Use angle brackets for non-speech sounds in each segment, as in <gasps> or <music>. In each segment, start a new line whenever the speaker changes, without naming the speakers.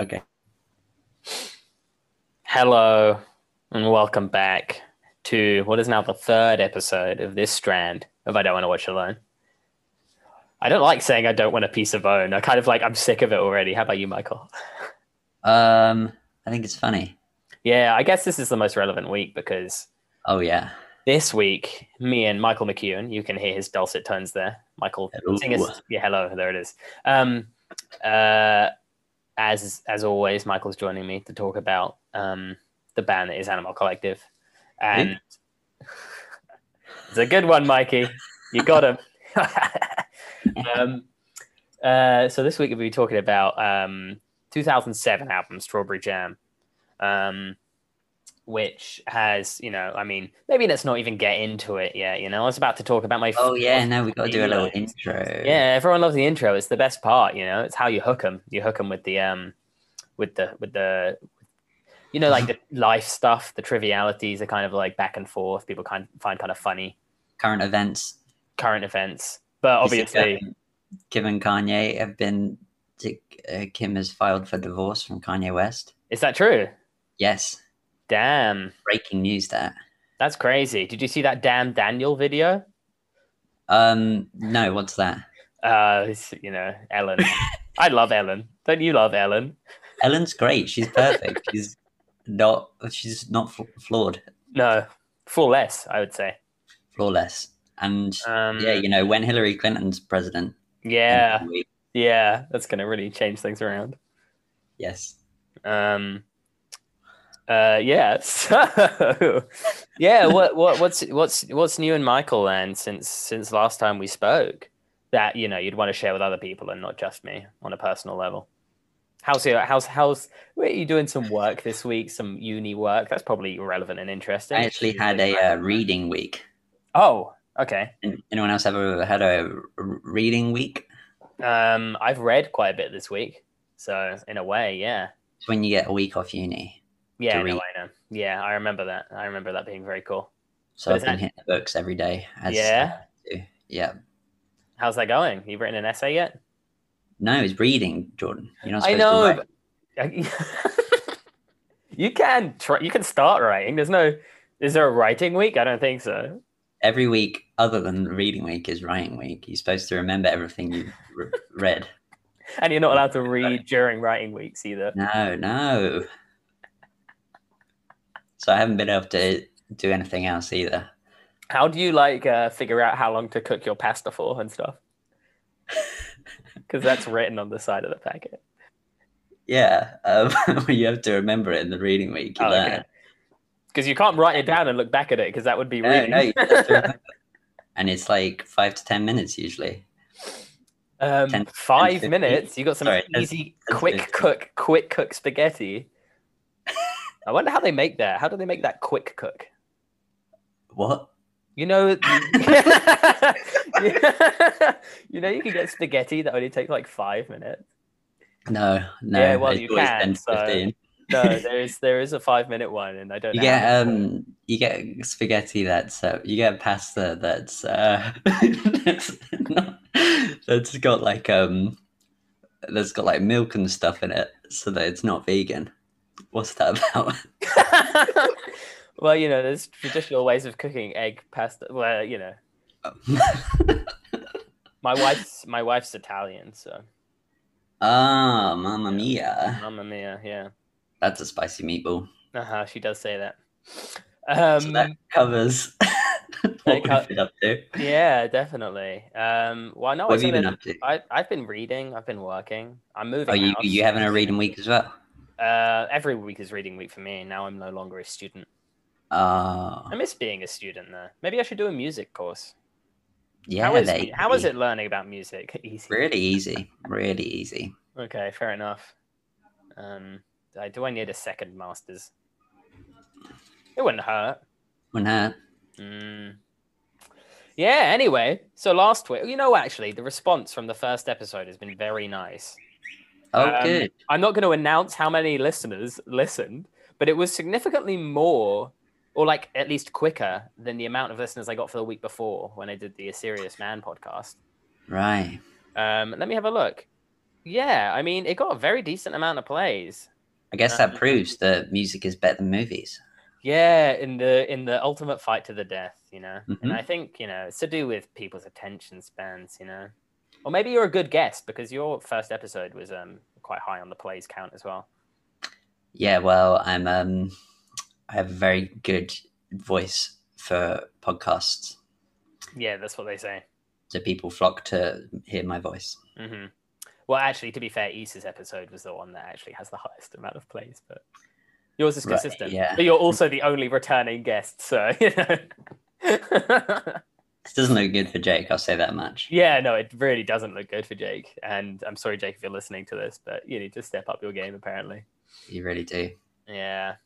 Okay. Hello and welcome back to what is now the third episode of this strand of I Don't Want to Watch Alone. I don't like saying I don't want a piece of own. I kind of like I'm sick of it already. How about you, Michael?
Um, I think it's funny.
Yeah, I guess this is the most relevant week because
Oh yeah.
this week, me and Michael McEwen, you can hear his dulcet tones there. Michael,
Hello.
sing us. Yeah, hello, there it is. Um, uh, as as always, Michael's joining me to talk about um, the band that is Animal Collective, and <laughs> it's a good one, Mikey. You got him. <laughs> um, uh, so this week we'll be talking about um, 2007 album Strawberry Jam. Um, which has you know i mean maybe let's not even get into it yet you know i was about to talk about my
Oh yeah. No, we got to do a little
Anyway.
intro.
yeah everyone loves the intro it's the best part you know it's how you hook them you hook them with the um with the with the you
<laughs>
know like the life stuff the trivialities are kind of like back and forth people kind of find kind of funny
Current events.
current events but
You see,
obviously
um, Kim and Kanye have been. Uh, Kim has filed for divorce from Kanye West.
is that true
Yes.
damn
Breaking news. That.
that's crazy did you see that damn daniel video
Um. No. What's that?
uh it's, you know
<laughs>
ellen i love ellen don't you love ellen
Ellen's great. She's <laughs> perfect. she's not. She's not fl- flawed.
no flawless i would say
Flawless. And
um
yeah, you know when Hillary Clinton's president.
yeah
then we-
Yeah, that's gonna really change things around.
Yes.
Um, uh, yeah. <laughs> So, yeah. What what what's what's what's new in Michael then since since last time we spoke that you know you'd want to share with other people and not just me on a personal level. How's your how's how's were you doing some work this week? Some uni work that's probably relevant and interesting.
I actually had a uh, reading week.
oh okay.
An- Anyone else ever had a r- reading week?
Um, I've read quite a bit this week, so in a way, yeah.
It's when you get a week off uni.
Yeah, no,
read.
I know. Yeah, I remember that. I remember that being very cool.
So
But
I've
is
been
that-
hitting the books every day. As
yeah.
Yeah.
How's that going? You've written an essay yet?
No, it's reading, Jordan. You're not
I
supposed
know,
to write.
but- <laughs> you can try. You can start writing. There's no. Is there a writing week? I don't think so.
Every week, other than reading week, is writing week. You're supposed to remember everything you've re- <laughs> read.
And you're not allowed to read during writing weeks either.
No, no. So I haven't been able to do anything else either.
How do you like uh, figure out how long to cook your pasta for and stuff? Because that's written on the side of the packet.
Yeah. Um, <laughs> you have to remember it in the reading week. You
Oh,
learn.
okay. Because you can't write it down and look back at it because that would be
No,
reading.
no,
<laughs>
you just remember. and it's like five to ten minutes usually.
Um,
10,
five
15.
minutes. You got some
Sorry, 10,
easy,
10,
quick
15.
cook, quick
<laughs>
cook spaghetti. I wonder how they make that. How do they make that quick cook?
What? <laughs>
You <laughs> know, you know, you can get spaghetti that only takes like five minutes.
No, no.
Yeah, well,
it's
you
always
can,
10 to
so-
15. <laughs>
No, there is there is a five minute one, and I don't.
You
know
get
how they-
um, you get spaghetti that's uh, you get pasta that's uh, <laughs> that's, not, that's got like um, that's got like milk and stuff in it, so that it's not vegan. What's that <laughs> about?
<laughs> well, you know, there's traditional ways of cooking egg pasta. Well, you know,
Oh. <laughs>
my wife's my wife's Italian, so
Ah, mamma mia!
mamma mia, yeah.
That's a spicy meatball.
Uh-huh, she does say that. Um,
so <laughs> that covers what
co-
we've been up to.
yeah, definitely. Um, well, no,
What have
I
you been
been
up to?
I, I've been reading. I've been working. I'm moving.
Are you
house.
you having a reading week as well?
Uh, every week is reading week for me. Now I'm no longer a student.
Uh,
I miss being a student though. Maybe I should do a music course.
yeah,
how is
they-
mu- how is it learning about music? <laughs> Easy.
Really easy, really easy.
Okay, fair enough. Um, I, do I need a second master's? It wouldn't hurt.
Wouldn't hurt.
Mm. Yeah, anyway, so last week, you know, actually, the response from the first episode has been very nice.
Oh,
Um,
good.
I'm not going to announce how many listeners listened, but it was significantly more, or like at least quicker, than the amount of listeners I got for the week before when I did the Serious Man podcast.
Right.
Um, let me have a look. yeah, I mean, it got a very decent amount of plays.
I guess
um,
that proves that music is better than movies.
Yeah, in the in the ultimate fight to the death, you know.
Mhm.
And I think you know it's to do with people's attention spans, you know. Or maybe you're a good guest because your first episode was um quite high on the plays count as well.
Yeah, well, I'm um, I have a very good voice for podcasts,
Yeah, that's what they say.
so people flock to hear my voice.
hmm Well, actually, to be fair, Issa's episode was the one that actually has the highest amount of plays, but yours is
Right,
consistent.
yeah.
But you're also the only returning guest, so <laughs> you know.
This doesn't look good for Jake. I'll say that much.
Yeah, no, it really doesn't look good for Jake. And I'm sorry, Jake, if you're listening to this, but you need to step up your game, apparently.
You really do.
Yeah.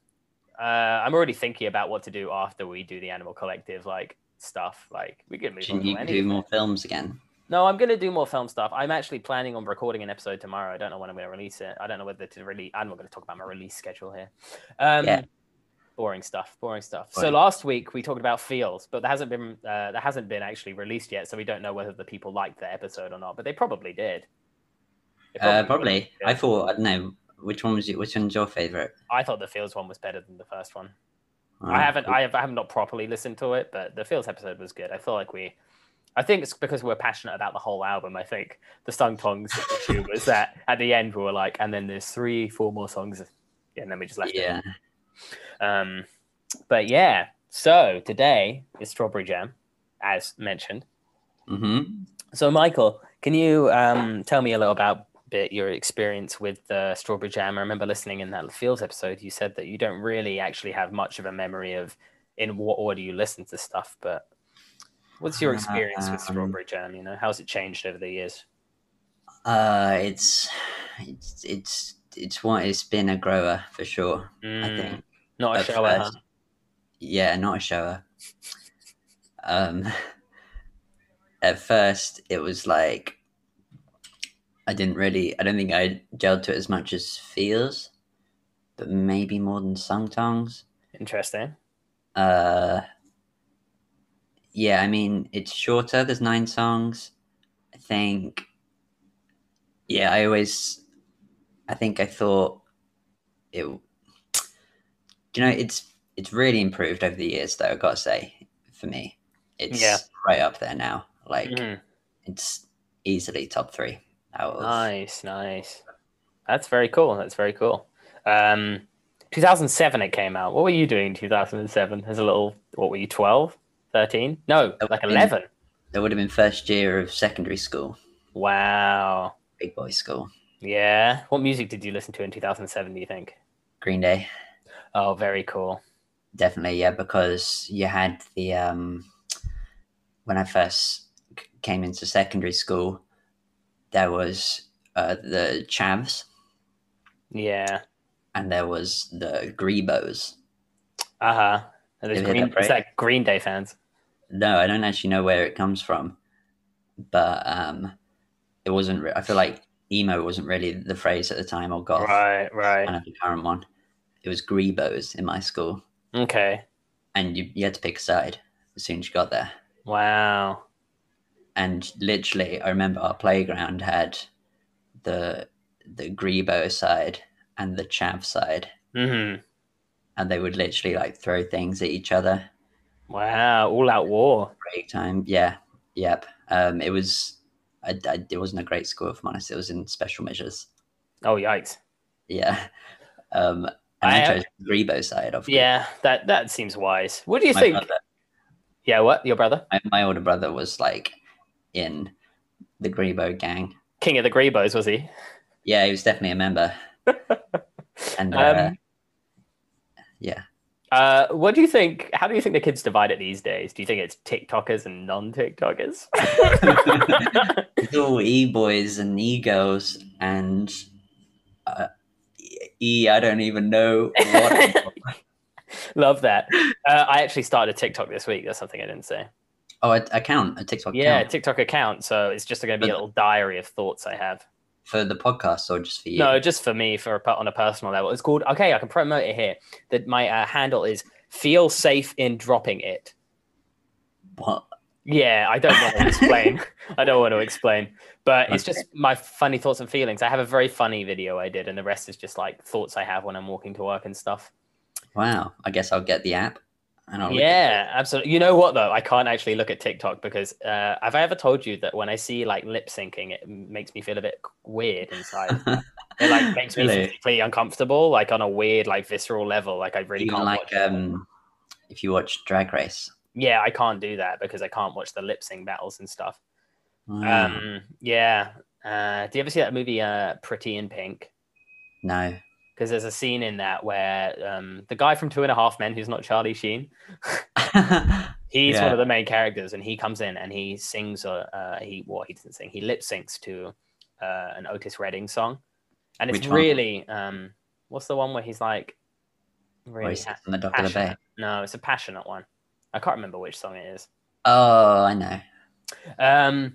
Uh, I'm already thinking about what to do after we do the Animal Collective, like, stuff. Like, we could move on
Can
to
you
anything.
do more films again?
No, I'm going to do more film stuff. I'm actually planning on recording an episode tomorrow. I don't know when I'm going to release it. I don't know whether to really. I'm not going to talk about my release schedule here. Um,
Yeah.
Boring stuff. Boring stuff. So
Boring.
last week we talked about feels, but that hasn't been uh, that hasn't been actually released yet. So we don't know whether the people liked the episode or not, but they probably did. They
Probably. Uh,
would.
probably.
Yeah.
I thought I don't know which one was you, which one's your favorite.
I thought the feels one was better than the first one.
Uh,
I haven't. I have. I have not properly listened to it, but the Fields episode was good. I feel like we. I think it's because we're passionate about the whole album. I think the Stung Tongs issue was that at the end we were like, and then there's three, four more songs, and then we just left
Yeah.
it. Um, but yeah. So today is strawberry jam, as mentioned.
Mm-hmm.
So Michael, can you um, tell me a little about bit your experience with the strawberry jam? I remember listening in that Fields episode. You said that you don't really actually have much of a memory of in what order you listen to stuff, but what's your experience with
Um,
strawberry jam? You know, how's it changed over the years?
Uh, it's it's it's it's one. It's been a grower for sure. I
Mm,
think.
not a
at
shower. huh?
first. Yeah, not a shower. Um, at first it was like I didn't really. I don't think I gelled to it as much as feels, but maybe more than sung tongs.
Interesting.
Uh, yeah, I mean it's shorter. There's nine songs. I think. Yeah, I always. I think I thought it. Do you know it's it's really improved over the years though. I gotta say, for me, it's
Yeah.
right up there now. Like
Mm,
it's easily top three out of
nice, nice. That's very cool. That's very cool. Um, 2007 it came out. What were you doing in 2007? As a little, what were you, 12, 13? No, like
in-
11.
that would have been first year of secondary school,
Wow.
big boy school,
Yeah. What music did you listen to in 2007, do you think?
Green Day.
Oh, very cool.
definitely yeah because you had the um when i first c- came into secondary school there was uh, the chavs
Yeah.
and there was the grebos
Uh huh. Those
Did you hear
green,
that,
it's
right?
like Green Day fans.
no i don't actually know where it comes from but um it wasn't re- i feel like emo wasn't really the phrase at the time or goth
Right,
kind
right.
of the current one it was grebos in my school
Okay.
and you, you had to pick a side as soon as you got there
Wow.
and literally i remember our playground had the the grebo side and the chav side
Mm
and they would literally like throw things at each other
hmm. Wow. All out war.
break time yeah yep um it was I, I- it wasn't a great school if i'm honest it was in special measures
Oh, yikes.
yeah um and i,
I-
chose the grebo side of
Yeah. That that seems wise. What do you
my,
think?
brother,
Yeah. What? Your brother?
my, my older brother was like in the grebo gang
King of the Grebos, was he?
yeah he was definitely a
<laughs>
member and uh,
Um,
yeah
Uh, what do you think? How do you think the kids divide it these days? Do you think it's TikTokers and non TikTokers?
It's all e boys and e girls and uh, e. I don't even know
<laughs>
what.
<laughs> Love that. Uh, I actually started a TikTok this week. That's something I didn't say.
oh, a account, a TikTok
yeah,
account
TikTok account. So it's just going to be a little diary of thoughts I have.
for the podcast or just for you?
No, just for me, for a, per- on a personal level. It's called. Okay, I can promote it here. That my uh, handle is feel safe in dropping it.
What?
Yeah, I don't
<laughs>
want to explain. I don't want to explain, but it's just my funny thoughts and feelings. I have a very funny video I did, and the rest is just like thoughts I have when I'm walking to work and stuff.
Wow. I guess I'll get the app. And I'll Oh, look at- <laughs>
yeah, absolutely. You know what though? I can't actually look at TikTok because uh, have I ever told you that when I see like lip syncing, it makes me feel a bit weird inside.
<laughs>
it like makes me
Really?
physically uncomfortable, like on a weird, like visceral level. Like I really
Even
can't
like
watch it.
um, if you watch Drag Race.
yeah, I can't do that because I can't watch the lip sync battles and stuff.
Wow.
Um, yeah. Uh, do you ever see that movie, uh, Pretty in Pink?
no. <laughs>
Because there's a scene in that where um, the guy from Two and a Half Men, who's not Charlie Sheen, he's
Yeah.
one of the main characters, and he comes in and he sings. Uh, uh, he well, he doesn't sing. He lip syncs to uh, an Otis Redding song, and it's
Which one?
really um, what's the one where he's like
Where
really
he sits on the dock of the bay.
passionate? No, it's a passionate one. I can't remember which song it is.
Oh, I know.
Um,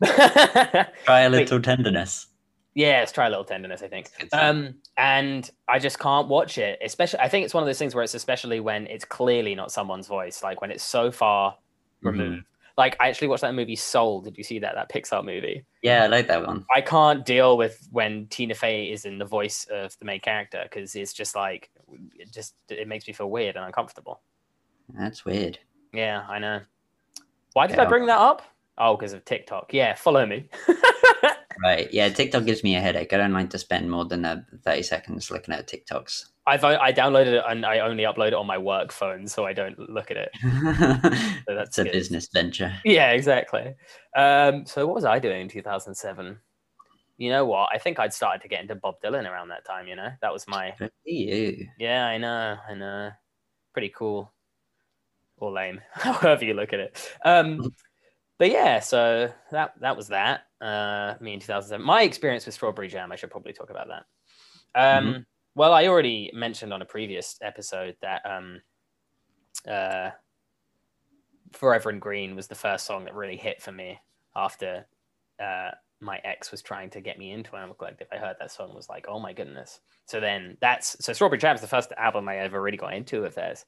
<laughs>
Try a
Wait.
little tenderness.
yeah, let's try a little tenderness. I think.
It's-
Um, and I just can't watch it. Especially, I think it's one of those things where it's especially when it's clearly not someone's voice, like when it's so far
Mhm.
removed. Like I actually watched that movie Soul. Did you see that? That Pixar movie.
Yeah, I like that one.
I can't deal with when Tina Fey is in the voice of the main character because it's just like, it just it makes me feel weird and uncomfortable.
That's weird.
Yeah, I know. Why did
Okay,
I
I'll-
bring that up? Oh, because of TikTok. Yeah, follow me.
Right. Yeah, TikTok gives me a headache. I don't like to spend more than uh, 30 seconds looking at TikToks. <laughs>
I've o- I downloaded it and I only upload it on my work phone, so I don't look at it. So that's
it's a
good.
business venture.
<laughs> Yeah, exactly. Um, so what was I doing in 2007? You know what? I think I'd started to get into Bob Dylan around that time. You know, that was my.
Good for you.
Yeah, I know, I know. Pretty cool, or lame, <laughs> however you look at it. Um, but yeah, so that that was that. Uh, me in 2007. My experience with strawberry jam. I should probably talk about that. Um, Well, I already mentioned on a previous episode that um, uh, Forever in Green was the first song that really hit for me after uh, my ex was trying to get me into Animal Collective. I heard that song and was like, oh my goodness. So then that's so Strawberry Jam is the first album I ever really got into of theirs.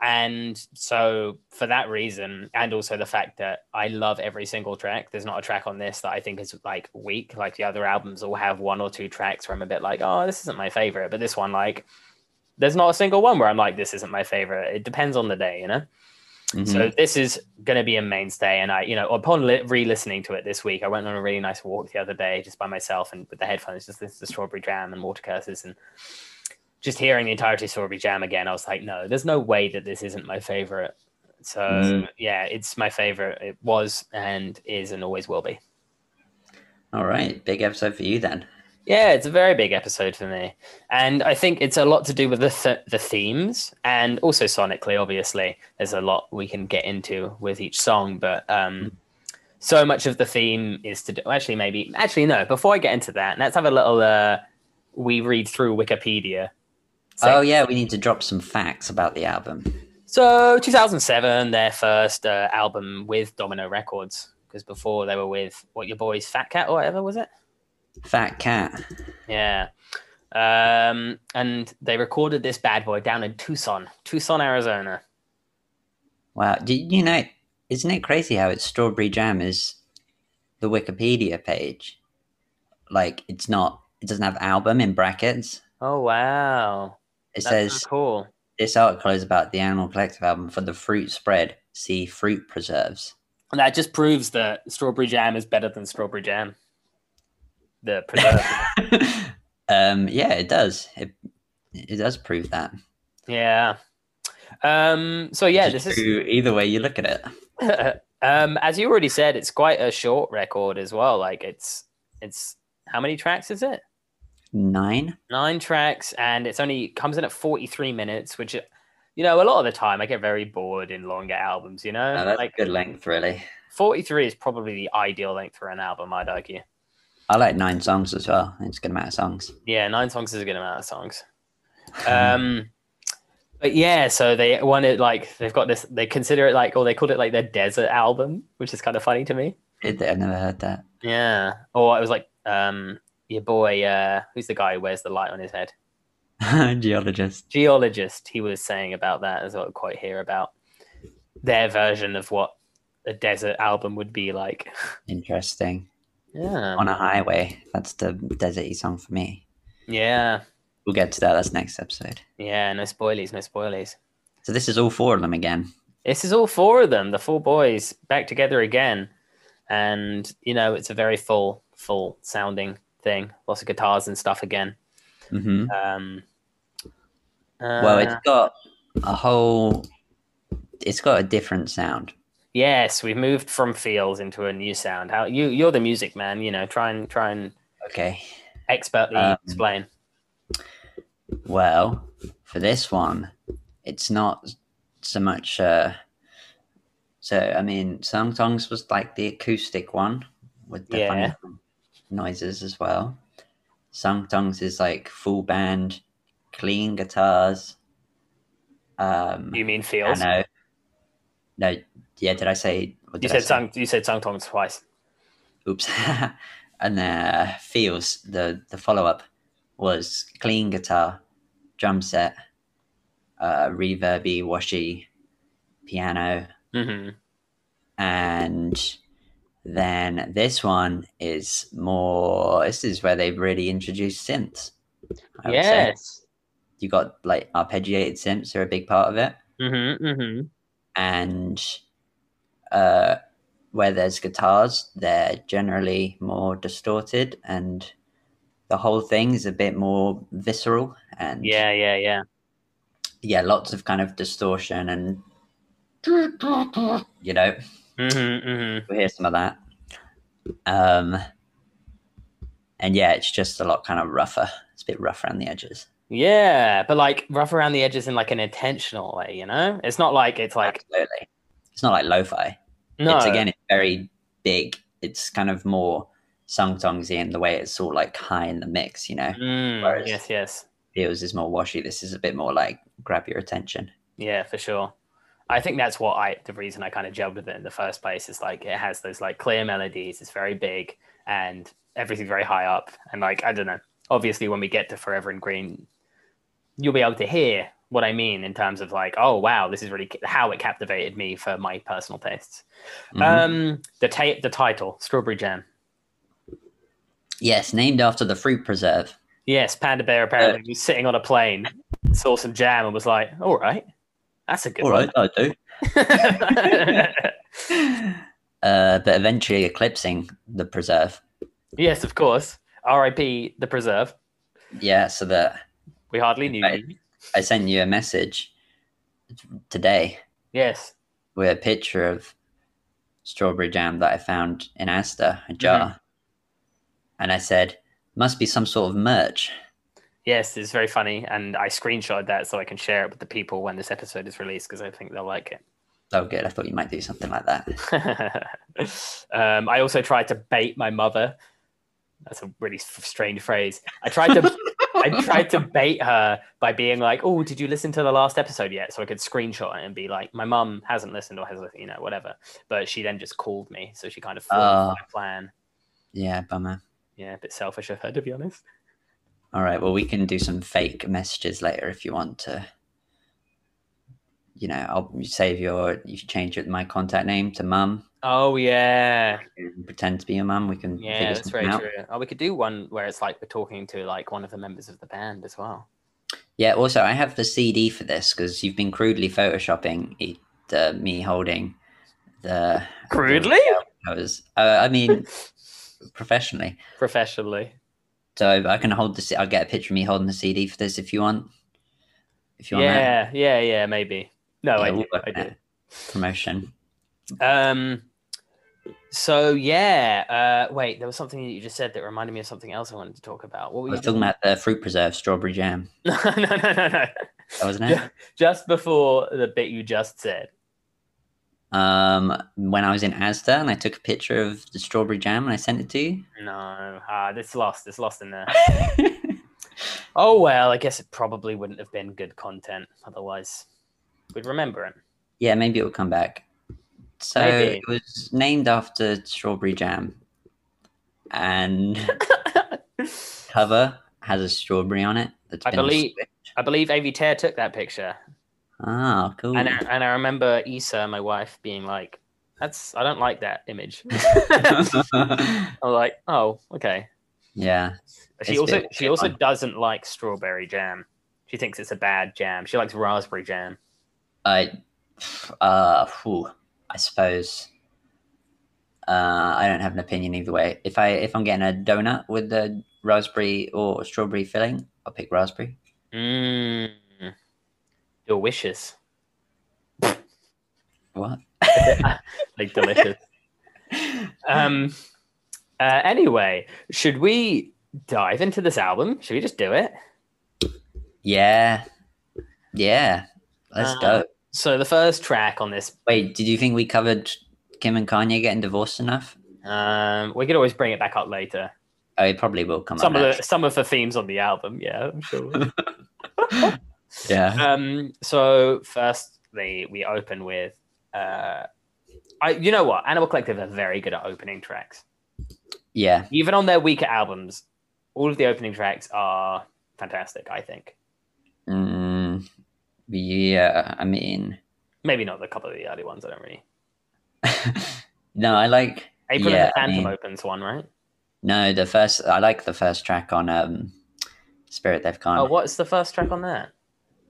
And so for that reason, and also the fact that I love every single track. There's not a track on this that I think is like weak. Like the other albums all have one or two tracks where I'm a bit like, oh, this isn't my favorite. But this one, like, there's not a single one where I'm like, this isn't my favorite. It depends on the day, you know?
Mhm.
So this is going to be a mainstay, and I, you know, upon li- re-listening to it this week, I went on a really nice walk the other day just by myself and with the headphones, just listening to Strawberry Jam and Water Curses, and just hearing the entirety of Strawberry Jam again, I was like, no, there's no way that this isn't my favorite. So
Mm.
yeah, it's my favorite. It was and is and always will be.
All right. Big episode for you then.
Yeah, it's a very big episode for me, and I think it's a lot to do with the th- the themes and also sonically. Obviously, there's a lot we can get into with each song, but um, so much of the theme is to do. Actually, maybe actually no. Before I get into that, let's have a little. Uh, we read through Wikipedia.
Oh,
section.
yeah. We need to drop some facts about the album.
So 2007, their first uh, album with Domino Records, because before they were with what your boys Fat Cat or whatever was it.
Fat Cat.
Yeah. Um, and they recorded this bad boy down in Tucson, Tucson, Arizona.
Wow. Did you know? Isn't it crazy how it's Strawberry Jam is the Wikipedia page? Like, it's not, it doesn't have album in brackets.
Oh wow,
It
that's
says
so cool.
this article is about the Animal Collective album for the fruit spread. See fruit preserves.
And that just proves that strawberry jam is better than strawberry jam. The preserve.
um, yeah, it does. It, it does prove that.
yeah. Um. So yeah,
<laughs>
this is. <laughs>
True either way you look at it.
um. As you already said, it's quite a short record as well. Like it's it's how many tracks is it?
Nine.
nine tracks and it's only comes in at 43 minutes which you know a lot of the time i get very bored in longer albums you know
Now, that's
Um, like
a good length, really.
43 is probably the ideal length for an album i'd argue
I like nine songs as well. It's a good amount of songs.
yeah nine songs is a good amount
<laughs>
of songs um but yeah so they wanted like they've got this they consider it like or they called it like their desert album which is kind of funny to me
Did they- I've never heard that. <laughs>
yeah or it was like um your boy uh who's the guy who wears the light on his head
Geologist.
geologist he was saying about that as well quite hear about their version of what a desert album would be like.
Interesting.
Yeah.
On a highway. That's the deserty song for me.
Yeah.
We'll get to that. That's next episode.
Yeah. No spoilies. No spoilies.
So this is all four of them again.
This is all four of them, the four boys, back together again, and you know it's a very full, full sounding thing. Lots of guitars and stuff again.
hmm
Um.
well,
uh,
it's got a whole. It's got a different sound.
Yes, we moved from feels into a new sound. How you you're the music man, you know, try and try and
Okay.
expertly
Um,
explain.
Well, for this one, it's not so much. Uh, so I mean, some songs was like the acoustic one with the funny noises as well. Some songs is like full band, clean guitars. Um,
You mean feels?
piano. No, yeah. Did I say? what
You
did I
said
say?
sung you said sung tongs twice.
Oops. <laughs> and uh, feels the the follow up was clean guitar, drum set, uh, reverby, washy, piano,
hmm
and then this one is more. This is where they've really introduced synths. I would say.
Yes.
you got like arpeggiated synths are a big part of it,
Mm-hmm, mm-hmm.
and uh, where there's guitars, they're generally more distorted, and the whole thing is a bit more visceral. And
Yeah, yeah, yeah.
yeah, lots of kind of distortion, and you know,
Mm-hmm, mm-hmm.
we'll hear some of that. Um, and yeah, it's just a lot kind of rougher. It's a bit rough around the edges.
Yeah, but like rough around the edges in like an intentional way, you know? It's not like it's like
Absolutely, it's not like lo-fi.
no
It's again, it's very big. It's kind of more sung songs in the way it's all like high in the mix, you know.
Mm,
whereas-
yes, yes.
Feels is more washy. This is a bit more like grab your attention.
Yeah, for sure. I think that's what I the reason I kind of jumped with it in the first place is like it has those like clear melodies, it's very big and everything's very high up. And like I don't know. Obviously when we get to Forever in Green, you'll be able to hear what I mean in terms of like, oh wow, this is really ca- how it captivated me for my personal tastes.
Mhm.
Um the ta- the title, Strawberry Jam.
yes, named after the fruit preserve.
Yes, Panda Bear apparently was sitting on a plane, saw some jam and was like, All right, that's a good
all right,
one.
I do.
<laughs>
<laughs> Uh, but eventually eclipsing the preserve.
Yes, of course. R.I.P. The Preserve.
Yeah, so that
We hardly knew
Right.
you.
I sent you a message today
Yes.
with a picture of strawberry jam that I found in Asda, a jar.
Mm-hmm.
And I said, must be some sort of merch.
Yes, it's very funny. And I screenshot that so I can share it with the people when this episode is released because I think they'll like it. <laughs>
Oh, good. I thought you might do something like that.
um, I also tried to bait my mother. That's a really f- strange phrase. I tried to. <laughs> I tried to bait her by being like, "Oh, did you listen to the last episode yet?" So I could screenshot it and be like, "My mum hasn't listened or has, listened," you know, whatever." But she then just called me, so she kind of foiled
Ah.
my plan.
Yeah, bummer.
Yeah, a bit selfish of her, to be honest.
All right. Well, we can do some fake messages later if you want to. You know, I'll save your. You should change it, my contact name to mum.
Oh yeah,
and Pretend to be your mum. We can.
Mm-hmm. yeah,
figure
that's
something
very
out.
true. Oh, we could do one where it's like we're talking to like one of the members of the band as well.
Yeah. Also, I have the CD for this because you've been crudely photoshopping e- the, me holding the.
Crudely?
I was. Uh, I mean, <laughs> professionally.
Professionally,
So I can hold this. I'll get a picture of me holding the CD for this if you want. If you want that.
yeah, yeah, yeah, maybe. No,
Yeah,
I
we'll
do,
work
I
on it. promotion.
do. Um, so yeah, uh, wait, there was something that you just said that reminded me of something else I wanted to talk about. What
I
were you
was talking about the fruit preserve, strawberry jam.
No, <laughs> no, no, no, no.
That wasn't
Yeah.
it.
Just before the bit you just said.
Um, when I was in Asda and I took a picture of the strawberry jam and I sent it to you.
No, ah, it's lost. It's lost in there. <laughs> oh well, I guess it probably wouldn't have been good content otherwise. We'd remember it.
Yeah, maybe it will come back. So
Maybe.
it was named after strawberry jam, and
<laughs>
cover has a strawberry on it. That's
I
been
believe- I believe Avi Tear took that picture,
Oh, cool.
and I, and I remember Issa, my wife, being like, that's I don't like that
<laughs>
image. <laughs> I'm like, oh, okay.
yeah.
She
It's a
also
bit
she also
fun.
doesn't like strawberry jam. She thinks it's a bad jam. She likes raspberry jam.
I, uh, phew, I suppose. Uh, I don't have an opinion either way. If I if I'm getting a donut with the raspberry or strawberry filling, I'll pick raspberry.
Mmm. Delicious.
What?
like
<laughs>
delicious. um. Uh, anyway, should we dive into this album? Should we just do it?
Yeah, yeah. Let's
Uh,
go.
So the first track on this,
Wait, did you think we covered Kim and Kanye getting divorced enough?
um, we could always bring it back up later.
Oh, it probably will come
Some
up.
of the
next.
some of the themes on the album, yeah,
<laughs>
I'm sure.
Yeah.
um so firstly we open with uh i you know what animal collective are very good at opening tracks
Yeah.
even on their weaker albums all of the opening tracks are fantastic i think
Mm, yeah. I mean, <laughs>
maybe not the couple of the early ones i don't really
no, I like.
april
Yeah,
and
I
the phantom
mean-
opens one right
No, the first I like the first track on um Spirit They've Gone.
oh what's the first track on that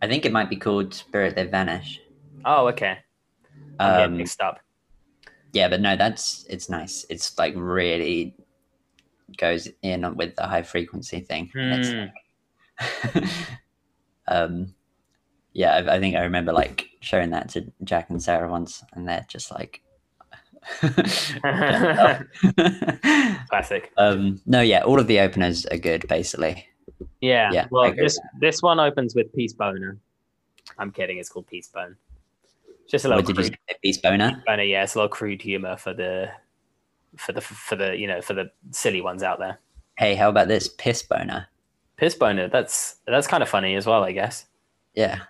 I think it might be called Spirit They've Vanished.
oh okay i'm getting
Um,
mixed up
yeah, but no, that's it's nice. It's like really goes in with the high frequency thing. It's-
Hmm.
<laughs>
<laughs>
um, yeah, I, I think I remember like showing that to Jack and Sarah once, and they're just
<laughs>
like. <laughs>
classic
um no yeah all of the openers are good basically
yeah,
Yeah, I
well
agree with
this this one opens with peace boner i'm kidding it's called peace bone just a little
what did you
crude
say beast boner
I know, yeah, it's a lot of crude humor for the for the for the you know for the silly ones out there.
hey how about this piss boner
Piss boner, that's that's kind of funny as well, I guess,
yeah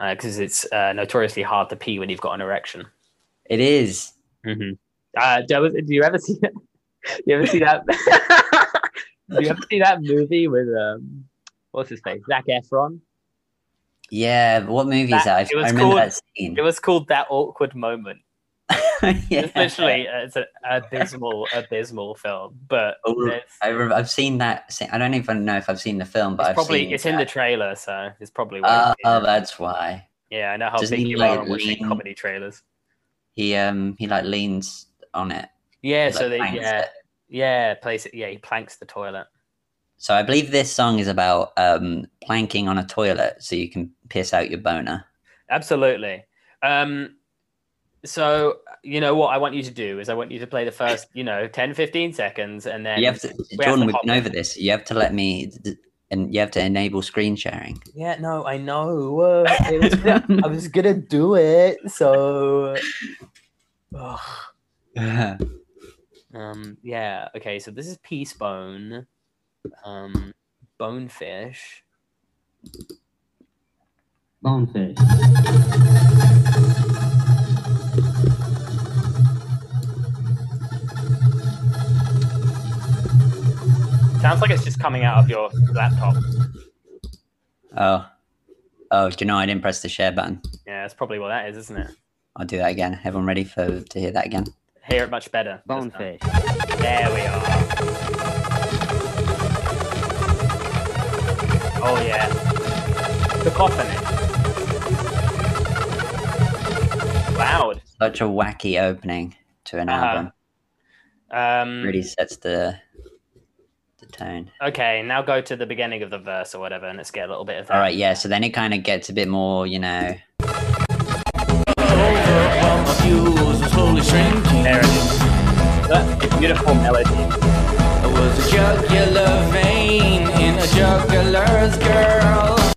because it's uh, notoriously hard to pee when you've got an erection.
It is.
Mm-hmm. Uh, do, was, do you ever see <laughs> that? Do you ever see that? <laughs> do you ever see that movie with um, what's his name, Zac Efron?
Yeah. but What movie is
That-
that? I,
it was
I remember
called-
that scene.
It was called That Awkward Moment.
<laughs> yeah.
It's literally uh, it's an abysmal, abysmal film, but
Oh,
it's,
I re- I've seen that. scene. I don't even know if I've seen the film, but
it's
I've
probably
seen
it's in the
that.
trailer, so it's probably.
Oh,
worth it.
that's why
Yeah, I know how
Doesn't
big
he,
you
like,
are on watching
lean-
comedy trailers.
he um he like leans on it.
Yeah,
He,
so
like,
they
bangs
yeah
it.
yeah place it yeah he planks the toilet.
So I believe this song is about um planking on a toilet so you can piss out your boner.
Absolutely. Um, so you know what I want you to do is I want you to play the first you know 10, 15 seconds and then
you have to,
to
Jordan. We've
hop
been over this. You have to let me, d- and you have to enable screen
<laughs>
sharing.
yeah no I know uh, it was gonna- I was gonna do it
<laughs>
so. Ugh. Um, yeah. Okay. So this is peace bone, um, bonefish.
Bonefish.
Sounds like it's just coming out of your laptop.
Oh, oh. Do you know I didn't press the share button?
Yeah, that's probably what that is, isn't it?
I'll do that again. Everyone ready for to hear that again?
Hear it much better. this time. There we are. Oh yeah. The coffin. Loud.
Such a wacky opening to an
Uh-huh.
album.
Um,
Really sets the the tone.
Okay, now go to the beginning of the verse or whatever, and let's get a little bit of that.
All right, yeah. So then it kind of gets a bit more, you know.
There it is. That beautiful melody.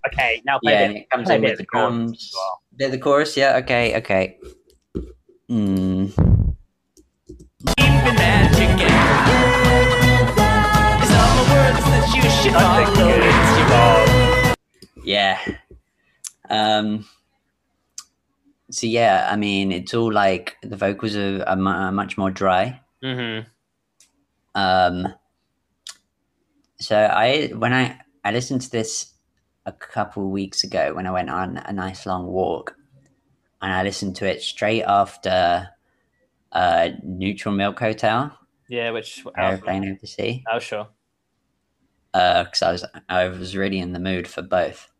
Okay, now play
Yeah,
a
and
bit,
it comes
play a
in
bit
with
of
the
chorus
drums.
as well.
Bit of the chorus, yeah. Okay, okay. Hmm. Yeah. Um. So yeah, I mean, it's all like the vocals are, are mu- are much more dry.
Mm-hmm.
Um, so I when I I listened to this a couple weeks ago when I went on a nice long walk, and I listened to it straight after uh, Neutral Milk Hotel,
Yeah, which I
Airplane Embassy,
Oh, sure.
because uh, I was I was really in the mood for both,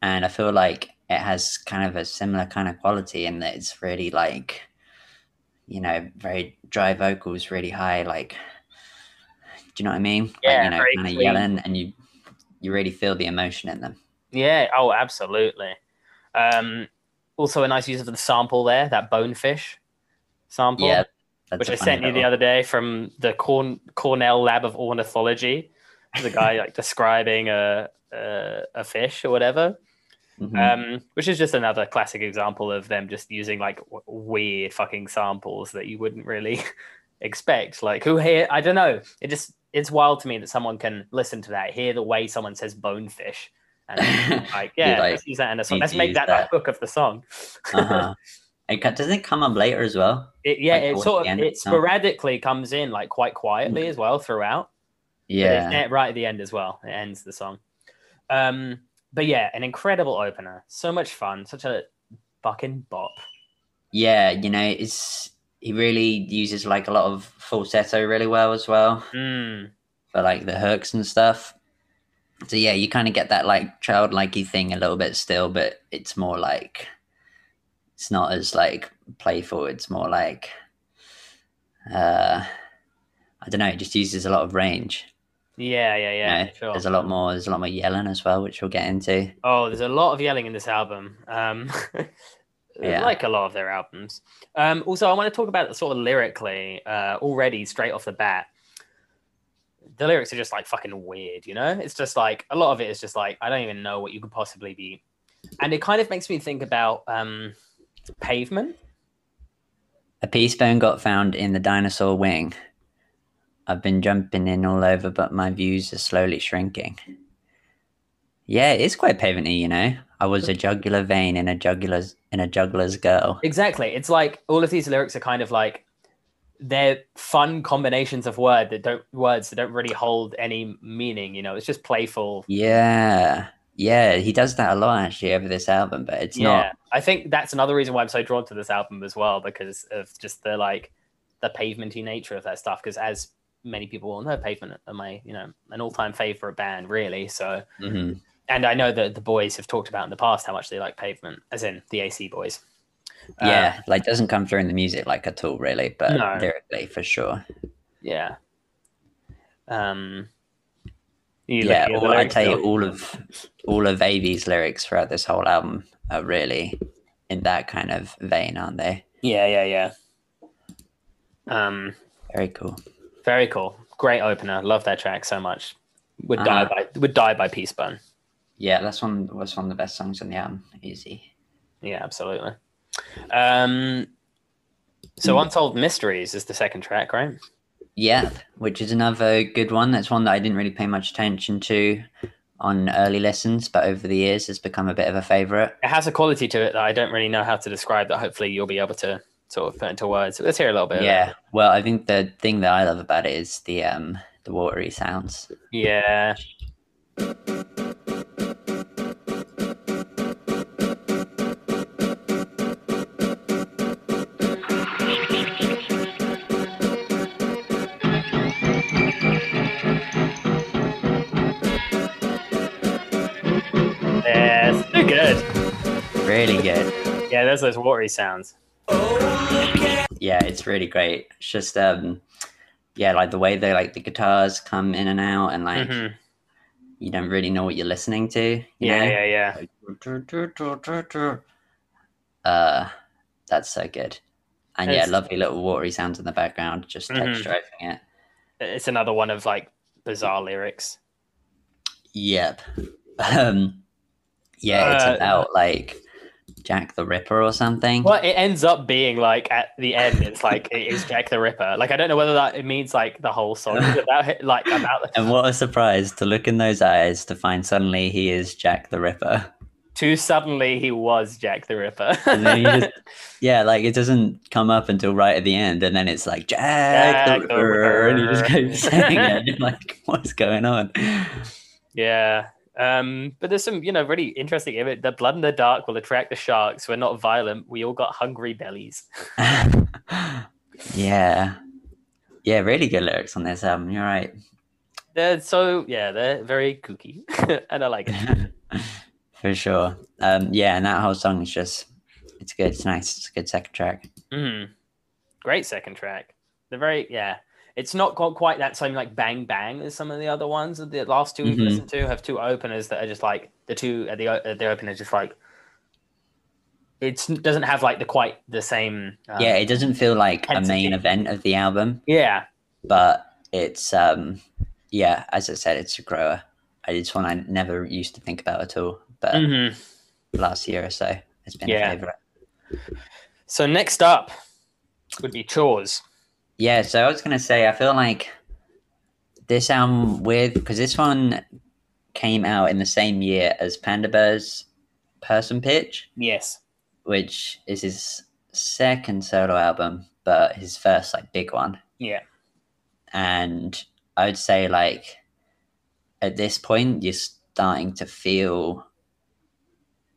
and I feel like it has kind of a similar kind of quality in that it's really like, you know, very dry vocals, really high. Like, do you know what I mean?
Yeah,
like, you know,
very
kind of
clean.
yelling, and you you really feel the emotion in them.
Yeah. Oh, absolutely. Um, also, a nice use of the sample there, that bonefish sample,
Yeah, that's
which
a
I
fun
sent you the
little-
other day from the Corn- Cornell Lab of Ornithology. There's
<laughs>
a guy like describing a, a a fish or whatever,
Mhm.
um, which is just another classic example of them just using like w- weird fucking samples that you wouldn't really <laughs> expect. Like who here? I don't know. It just it's wild to me that someone can listen to that, hear the way someone says bonefish,
<laughs>
and like
Be
yeah,
like,
let's use that in a
need
song. Let's
to
make
use
that,
that.
the hook of the song. um, <laughs>
uh-huh. It co- does it come up later as well?
It, yeah,
Like,
it
towards
sort
the
of
end,
it
so-
sporadically comes in like quite quietly
Hmm.
as well throughout. But it's
Yeah,
there right at the end as well. It ends the song. Um, but yeah, an incredible opener. So much fun. Such a fucking bop.
yeah. You know, it's he really uses like a lot of falsetto really well as well
Mm,
for like the hooks and stuff. So yeah, you kind of get that like childlikey thing a little bit still, but it's more like it's not as like playful. It's more like uh, I don't know. It just uses a lot of range.
yeah, yeah,
you
yeah.
know?
sure.
There's a lot more. There's a lot more yelling as well, which we'll get into.
Oh, there's a lot of yelling in this album. Um, <laughs>
Yeah.
like a lot of their albums. Um, also, I want to talk about sort of lyrically uh, already straight off the bat. The lyrics are just like fucking weird, you know. It's just like a lot of it is just like I don't even know what you could possibly be, and it kind of makes me think about um, pavement.
A pea stone got found in the dinosaur wing. I've been jumping in all over, but my views are slowly shrinking. Yeah, it is quite pavementy, you know. I was a jugular vein in a jugular's in a juggler's girl.
Exactly. It's like all of these lyrics are kind of like they're fun combinations of word that don't words that don't really hold any meaning. You know, it's just playful
Yeah, yeah, he does that a lot actually over this album, but it's not.
I think that's another reason why I'm so drawn to this album as well, because of just the like the pavementy nature of that stuff. Because as many people will know, Pavement are my you know an all time favorite band, really. So,
Mhm.
and I know that the boys have talked about in the past how much they like Pavement, as in the AC boys. Uh,
Yeah, like doesn't come through in the music like at all, really, but
No.
lyrically for sure.
yeah. Um. You
yeah,
looking at the
all, I
lyrics
tell you,
now?
all of all of Avi's lyrics throughout this whole album are really in that kind of vein, aren't they?
Yeah, yeah, yeah. Um.
Very cool.
Very cool. Great opener. Love that track so much. Would die
Uh-huh.
by would die by Peace Bone.
Yeah, that's one was one of the best songs on the album. Easy.
Yeah, absolutely. Um, so
Hmm.
Untold Mysteries is the second track, right?
Yeah, which is another good one. That's one that I didn't really pay much attention to on early listens, but over the years has become a bit of a favorite.
It has a quality to it that I don't really know how to describe that hopefully you'll be able to sort of put into words. Let's hear a little bit. of
Yeah. Well, I think the thing that I love about it is the um the watery sounds.
that. Yeah. Yes, they're good.
Really good.
Yeah, there's those watery sounds.
yeah it's really great it's just um yeah like the way they like the guitars come in and out and like
Mhm.
you don't really know what you're listening to you
Yeah,
know?
yeah, yeah.
uh that's so good and
It's-
yeah lovely little watery sounds in the background just
Mhm.
texturizing it
It's another one of like bizarre lyrics.
yep <laughs> um yeah it's
Uh,
about like jack the ripper or something
Well, it ends up being like at the end, it's like it is Jack the Ripper. Like I don't know whether that it means like the whole song is about it, like about
and what a surprise to look in those eyes to find suddenly he is jack the ripper
too suddenly he was Jack the Ripper.
And then you just- yeah, like it doesn't come up until right at the end, and then it's like Jack,
Jack
the
the
Ripper," and you just
Ripper.
keep saying it. You're like, what's going on?
<laughs> yeah, Um, but there's some, you know, really interesting image. The blood in the dark will attract the sharks. We're not violent. We all got hungry bellies.
<laughs>
<laughs>
yeah. Yeah, really good lyrics on this album. You're right. <laughs>
They're so yeah, they're very kooky, <laughs> and I like it.
For sure. Um, yeah, and that whole song is just, it's good. It's nice. It's a good second track.
Mm. Great second track. They're very yeah. It's not got quite that same like bang bang as some of the other ones. The last 2 we've
Mhm.
listened to have two openers that are just like the two at the uh, the opener just like it doesn't have like the quite the same um,
yeah, it doesn't feel like a main
intensity.
event of the album,
yeah
but it's, um, yeah, as I said, it's a grower. It's one I never used to think about at all, but
Mhm.
last year or so, it's been a
Yeah.
favorite.
So next up would be chores.
Yeah, so I was gonna say, I feel like this album with because this one came out in the same year as Panda Bear's Person Pitch,
Yes.
which is his second solo album, but his first like big one.
Yeah.
And I would say like at this point you're starting to feel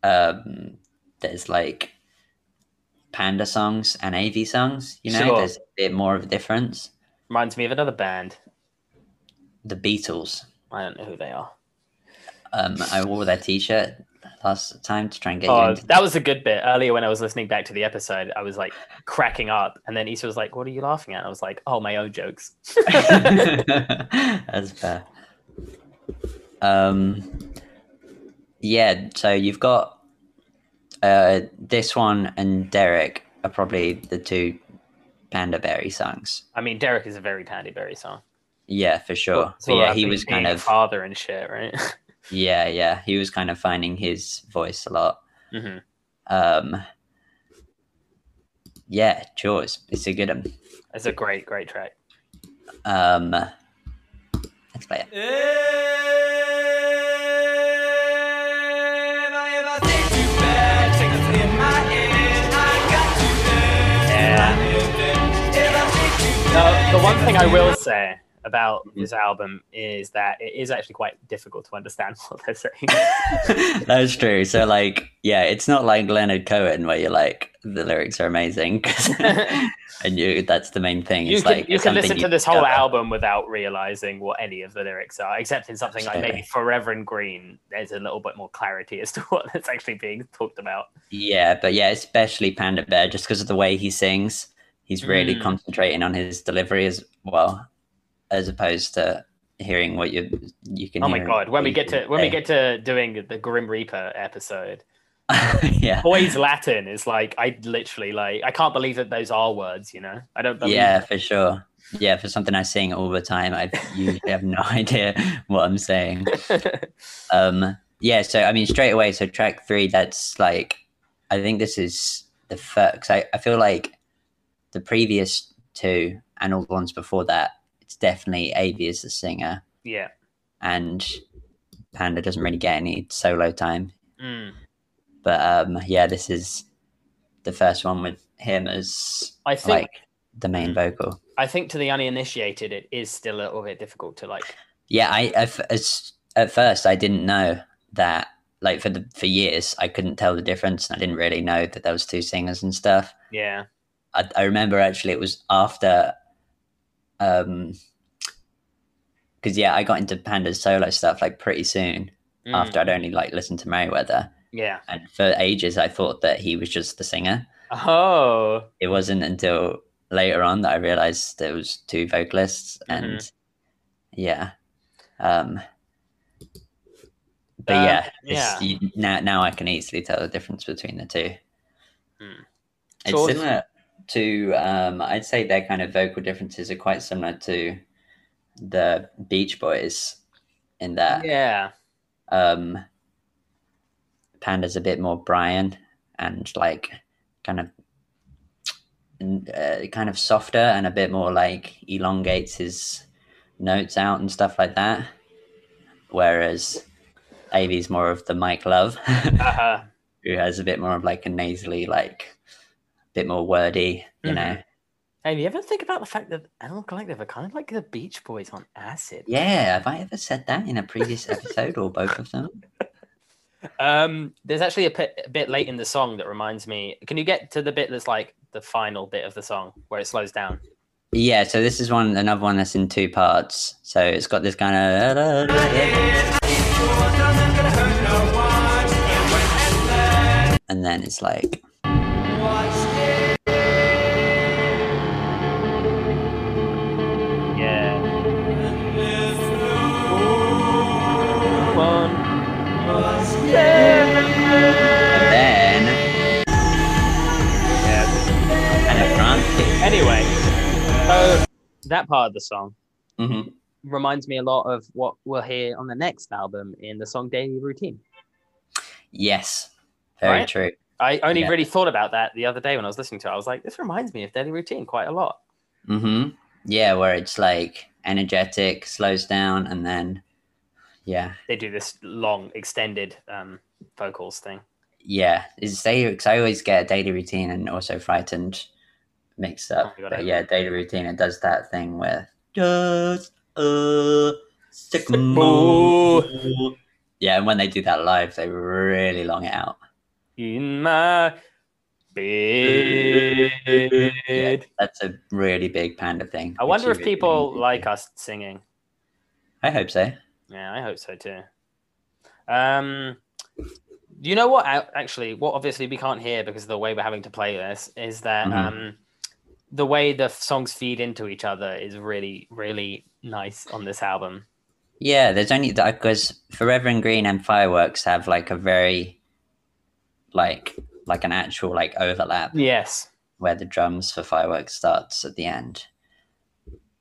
um there's like panda songs and AV songs, you know,
Sure.
there's a bit more of a difference.
Reminds me of another band.
the Beatles.
I don't know who they are.
Um, I wore their T-shirt last time to try and get you.
Oh,
Into-
that was a good bit earlier when I was listening back to the episode. I was like cracking up, and then Issa was like, "What are you laughing at?" I was like, "Oh, my
<laughs>
own jokes."
That's fair. Um, yeah. So you've got uh, this one and Derek are probably the two Panda Berry songs.
I mean, Derek is a very Tandy Berry song.
Yeah, for sure.
It's
But
all
Oh, yeah,
about
he
being-
was kind
being a
of
father and shit, right? <laughs>
yeah, yeah. He was kind of finding his voice a lot.
hmm
Um, yeah, Jaws. It's a good one.
It's a great, great track.
Um, let's play it.
Yeah. Uh, the one thing I will say about this album is that it is actually quite difficult to understand <laughs> what they're saying.
<laughs> That's true. So, like, yeah, it's not like Leonard Cohen where you're like the lyrics are amazing, 'cause- <laughs> and you—that's the main thing.
you
it's
can,
like
you
it's
can
something
listen
you "Oh."
to this whole
discover.
album without realizing what any of the lyrics are, except in something like maybe
Absolutely.
Forever in Green. There's a little bit more clarity as to <laughs> what that's actually being talked about.
Yeah, but yeah, especially Panda Bear, just because of the way he sings, he's really
Mm.
concentrating on his delivery as well, as opposed to hearing what you you can.
oh my
hear
god! When we
you
get
can
to when we
say.
get to doing the Grim Reaper episode,
<laughs> yeah,
boys Latin is like I literally like I can't believe that those are words. You know, I don't. Believe
yeah, for sure. Yeah, for something I sing all the time, I usually have no <laughs> idea what I'm saying. Um, yeah, so I mean, straight away, so track three, that's like, I think this is the first. I, I feel like the previous two and all the ones before that, it's definitely Avi as the singer,
<laughs> yeah.
and Panda doesn't really get any solo time.
Mm.
But um, yeah, this is the first one with him as
I think
like the main
Mm.
vocal.
I think to the uninitiated, it is still a little bit difficult to like.
Yeah, I I f- as- at first I didn't know that. Like for the for years, I couldn't tell the difference, and I didn't really know that there was two singers and stuff.
Yeah.
I, I remember actually it was after, um, because yeah, I got into Panda's solo stuff like pretty soon
Mm.
after I'd only like listened to Merryweather,
Yeah.
and for ages I thought that he was just the singer.
Oh.
It wasn't until later on that I realized there was two vocalists,
Mm-hmm.
and yeah, um, but
Um,
yeah,
yeah.
it's, You, now now I can easily tell the difference between the two.
Hmm.
It's
Sure.
similar to um, I'd say their kind of vocal differences are quite similar to the Beach Boys in that
Yeah.
um, Panda's a bit more Brian and like kind of n- uh, kind of softer and a bit more like elongates his notes out and stuff like that. Whereas Avi's more of the Mike Love. <laughs>
Uh huh.
who has a bit more of like a nasally, like a bit more wordy, you
Mhm.
know.
Hey, do you ever think about the fact that Animal Collective are kind of like the Beach Boys on acid?
Yeah, have I ever said that in a previous episode or both of them?
Um, there's actually a bit, a bit late in the song that reminds me. Can you get to the bit that's like the final bit of the song where it slows down?
Yeah, so this is one another one that's in two parts. So it's got this kind of and then it's like
Yeah.
and then
yeah.
and a front
Anyway, so that part of the song
mm-hmm.
reminds me a lot of what we'll hear on the next album in the song Daily Routine.
Yes. Very
Right?
true.
I only
Yeah.
really thought about that the other day when I was listening to it. I was like, this reminds me of Daily Routine quite a lot.
Mm-hmm. Yeah, where it's like energetic, slows down, and then yeah,
They do this long, extended um, vocals thing.
yeah. Is daily because I always get daily routine and also frightened mixed up.
Oh my God, I-
but yeah, daily routine it does that thing with just a sick move. Yeah, and when they do that live, they really long it out.
In my
Yeah,
bed.
that's a really big panda thing.
I
which
wonder
you
if
really
people
need to
like
do.
us singing.
I hope so.
Yeah, I hope so too. Um, you know what? a- Actually, what obviously we can't hear because of the way we're having to play this is that
Mhm.
um, the way the f- songs feed into each other is really, really nice on this album.
Yeah, there's only that because Forever in Green and Fireworks have like a very, like like an actual like overlap
Yes.
where the drums for Fireworks starts at the end.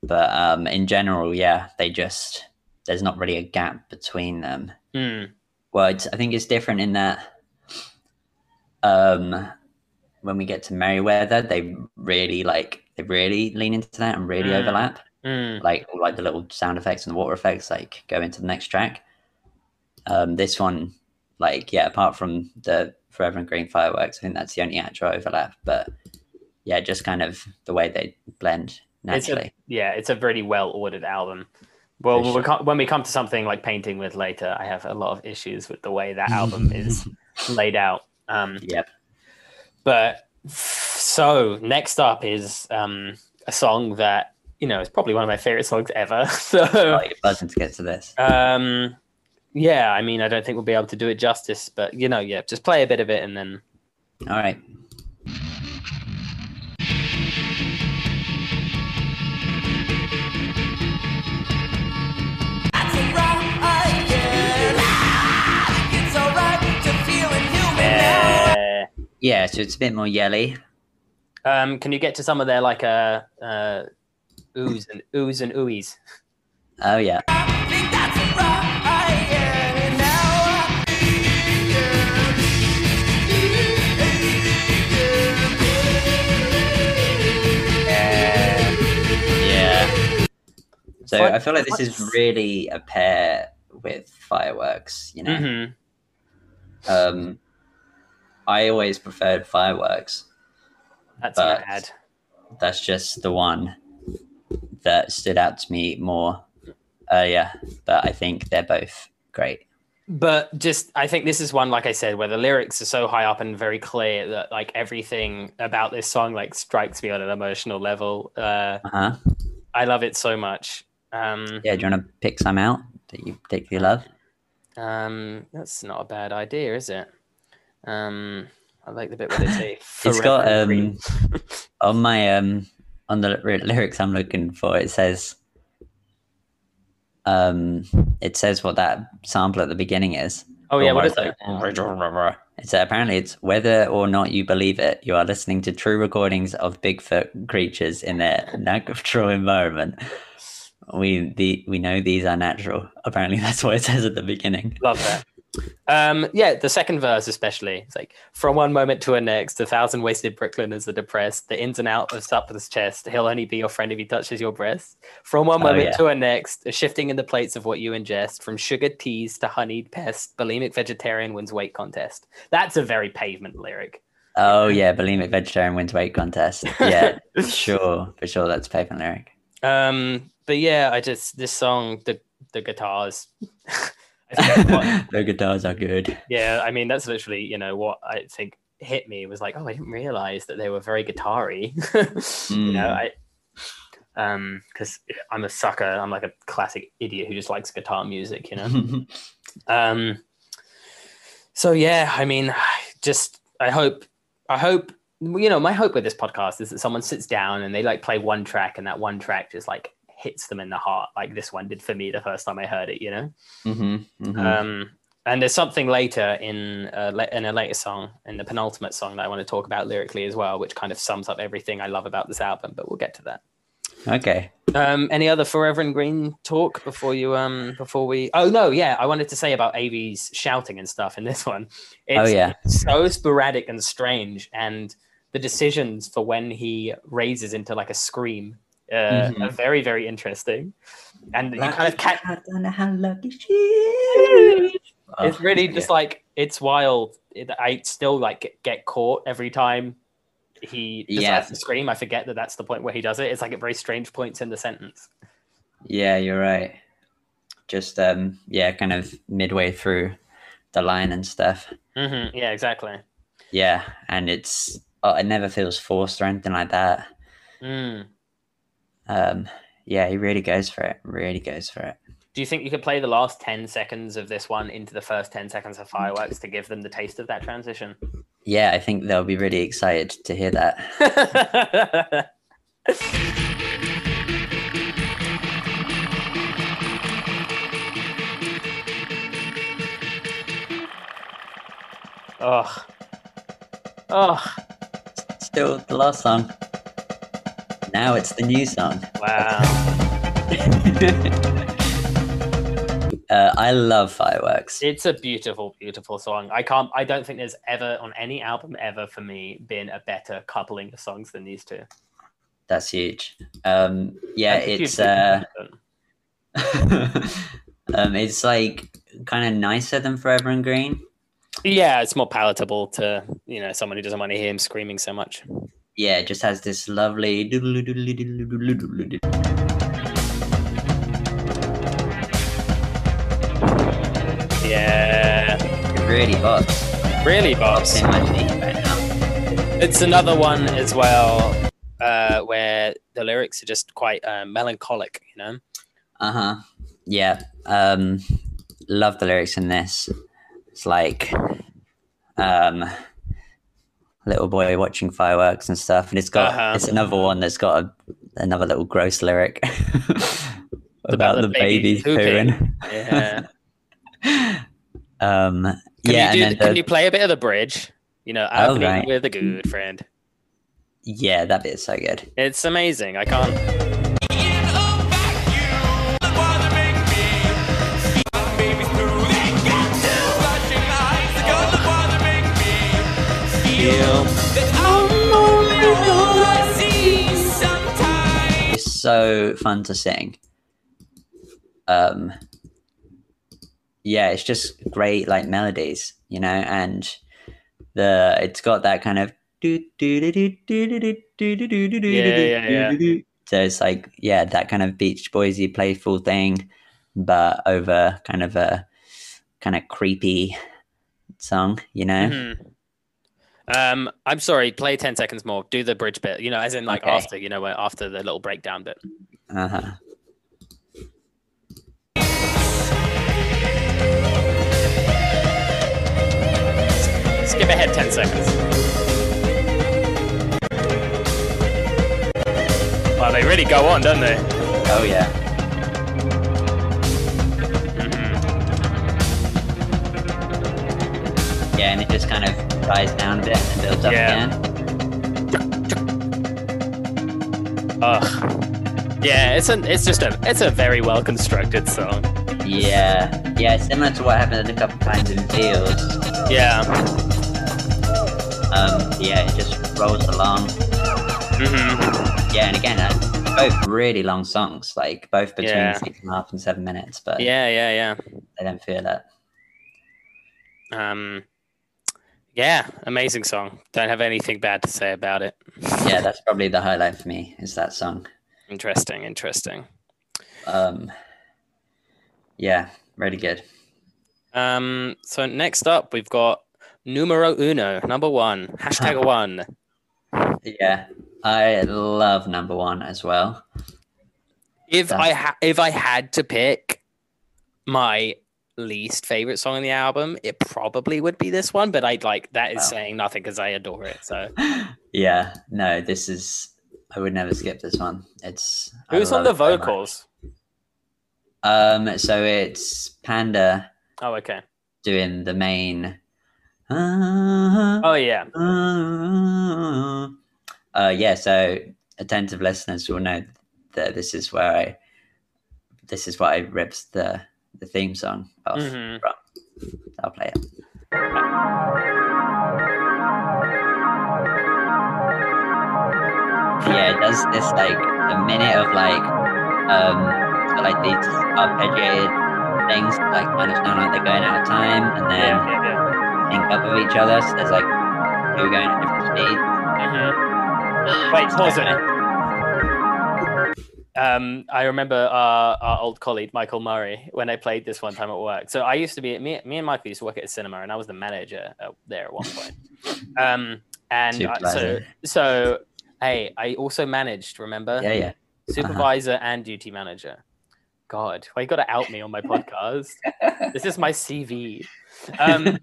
But um, in general, yeah, they just there's not really a gap between them.
Hmm.
Well, it's, I think it's different in that um, when we get to Merryweather, they really like they really lean into that and really
Mm.
overlap
Mm.
like all like the little sound effects and the water effects like go into the next track um this one like yeah apart from the forever and green fireworks i think that's the only actual overlap but yeah just kind of the way they blend
It's
naturally
a, yeah, it's a really well ordered album. Well,
For
when we, come, when we come to something like Painting with later, I have a lot of issues with the way that album
<laughs>
is laid out. Um,
yep
But so next up is um, a song that you know is probably one of my favorite songs ever. <laughs> So
like Oh, buzzing to get to this
um, yeah, I mean, I don't think we'll be able to do it justice, but you know, yeah, just play a bit of it and then
all right
uh,
yeah so it's a bit more yelly
um, can you get to some of their like uh, uh, oohs and oohs and oohies?
oh yeah yeah so
What-
i feel like this
what's-
is really a pair with fireworks you know
hmm
Um, I always preferred fireworks.
That's
But-
mad.
That's just the one that stood out to me more earlier. But I think they're both great.
but just i think this is one like i said where the lyrics are so high up and very clear that like everything about this song like strikes me on an emotional level uh
Uh huh.
i love it so much um
Yeah. Do you want to pick some out that you particularly love?
um that's not a bad idea is it um i like the bit where they say
It's got
"Forever
um
green."
on my um on the ly- lyrics I'm looking for. It says um it says what that sample at the beginning is.
oh yeah what
Almost
is that
like- It's apparently it's whether or not you believe it, you are listening to true recordings of Bigfoot creatures in their <laughs> natural environment. We the we know these are natural. Apparently, that's what it says at the beginning.
love that um yeah the second verse especially it's like from one moment to a next a thousand wasted brooklyners are depressed the ins and outs of supper's chest he'll only be your friend if he touches your breast from one
Oh,
moment
yeah.
to a next a shifting in the plates of what you ingest from sugared teas to honeyed pest bulimic vegetarian wins weight contest that's a very pavement lyric
Oh yeah, bulimic vegetarian win to weight
<laughs>
contest. Yeah, for sure, for sure. That's Paper and Lyric.
Um, but yeah, I just this song, the the guitars. <laughs> I think
<laughs>
what-
the guitars are good.
yeah, I mean that's literally you know what I think hit me was like, oh, I didn't realize that they were very guitar-y. <laughs> You know, I um because I'm a sucker. I'm like a classic idiot who just likes guitar music. You know. Um, so yeah, I mean, just I hope, I hope you know, my hope with this podcast is that someone sits down and they like play one track, and that one track just like hits them in the heart, like this one did for me the first time I heard it. You know,
Mhm, mhm.
um, and there's something later in uh, la- in a later song, in the penultimate song that I want to talk about lyrically as well, which kind of sums up everything I love about this album. But we'll get to that.
okay.
Um, any other Forever in Green talk before you um before we? Oh no, yeah, I wanted to say about Av's shouting and stuff in this one. It's
oh yeah.
so sporadic and strange, and the decisions for when he raises into like a scream uh,
Mhm.
are very very interesting, and you kind of catch.
I don't know how lucky she is. Oh, <laughs>
It's really just like it's wild. It, I still like get- get caught every time he decides
Yeah.
to scream. I forget that that's the point where he does it. It's like at very strange points in the sentence.
Yeah, you're right. Just um, yeah, kind of midway through the line and stuff.
hmm Yeah, exactly.
Yeah, and it's oh, it never feels forced or anything like that.
Mm.
Um, yeah, he really goes for it. Really goes for it.
Do you think you could play the last 10 seconds of this one into the first 10 seconds of fireworks to give them the taste of that transition?
Yeah, I think they'll be really excited to hear
<laughs>
that.
oh. Oh,
Still the last song. Now it's the new song.
wow.
Uh, I love fireworks.
It's a beautiful, beautiful song. I can't, I don't think there's ever on any album ever for me been a better coupling of songs than these two.
That's huge. Um, yeah,
That's a huge
it's uh,
compliment.
um, it's like kind of nicer than Forever and Green.
yeah, it's more palatable to, you know, someone who doesn't want to hear him screaming so much.
Yeah, it just has this lovely. doodly doodly doodly doodly doodly doodly.
Yeah.
It really bops.
Really,
Bops
Bobs.
in my knee right now.
It's another one as well uh, where the lyrics are just quite uh, melancholic, you know?
Uh huh. Yeah. Um, love the lyrics in this. It's like, um, little boy watching fireworks and stuff, and it's got
Uh-huh.
it's another one that's got a, another little gross lyric about,
the
the
baby
baby
pooping.
pooing.
Yeah. <laughs>
Um,
Can,
yeah,
you, do,
and
can
then the,
you play a bit of the bridge? You know, I'll be
right.
with a good friend.
yeah, that bit is so good.
It's amazing. I can't.
It's so fun to sing. Um, yeah, it's just great like melodies, you know, and the it's got that kind of do do do do do do do do do do do do
Yeah, yeah, yeah.
do do. So it's like yeah, that kind of Beach Boysy playful thing, but over kind of a kind of creepy song, you know.
Mhm. Um, I'm sorry. Play ten seconds more. Do the bridge bit. You know, as in like
Okay.
after. You know, where after the little breakdown bit.
Uh huh.
Skip ahead ten seconds. Wow, they really go on, don't they?
Oh yeah. Yeah, and it just kind of dies down a bit and builds up
Mm-hmm. Yeah.
again.
Ugh. Yeah, it's an it's just a it's a very well constructed song.
Yeah, yeah, similar to what happened a couple times in Fields.
Yeah.
Um, yeah, it just rolls along.
hmm
Yeah, and again, uh, both really long songs, like both between
Yeah.
six and a half and seven minutes, but
Yeah, yeah,
I don't feel that.
yeah. Um Yeah, amazing song. Don't have anything bad to say about it.
Yeah, that's probably the highlight for me is that song.
Interesting, interesting.
Um, yeah, really good.
Um, so next up, we've got numero uno, number one,
Ah.
hashtag one.
Yeah, I love number one as well. <gasps>
If
That's-
I ha- if I had to pick my least favorite song on the album, it probably would be this one. But I would like that is
Wow.
saying nothing because I adore it. So
Yeah, no, this is. I would never skip this one. It's I
who's on
love
the
it so much.
vocals?
Um, so it's Panda
Oh, okay.
doing the main.
Oh yeah,
Uh, yeah, so attentive listeners will know that this is where I, this is what I ripped the the theme song off.
Mhm.
from. I'll play it. Yeah, it does this like a minute of like um so, like these arpeggiated things like kind of sound like they're going out of time and then
Yeah, yeah, yeah.
sync up with each other. So there's like two going at different speeds.
Mhm. Wait, pause it. Um, I remember our, our old colleague Michael Murray when I played this one time at work. So I used to be me, me and Michael used to work at a cinema, and I was the manager uh, there at one point. Um, and I, so
Supervisor.
so hey, I also managed. Remember,
Yeah, yeah.
supervisor and duty manager. God, why you got to out me on my podcast? this is my CV. Um,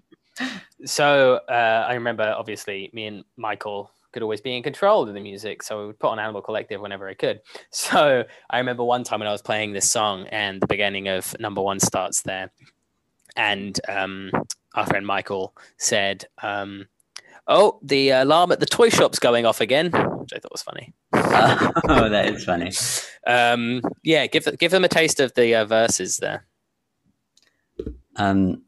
so uh, I remember, obviously, me and Michael could always be in control of the music, so we would put on Animal Collective whenever I could. <laughs> So I remember one time when I was playing this song, and the beginning of number one starts there, and um, our friend Michael said, um, "Oh, the alarm at the toy shop's going off again," which I thought was funny.
<laughs> oh, that is funny.
Um, yeah, give give them a taste of the uh, verses there.
Um,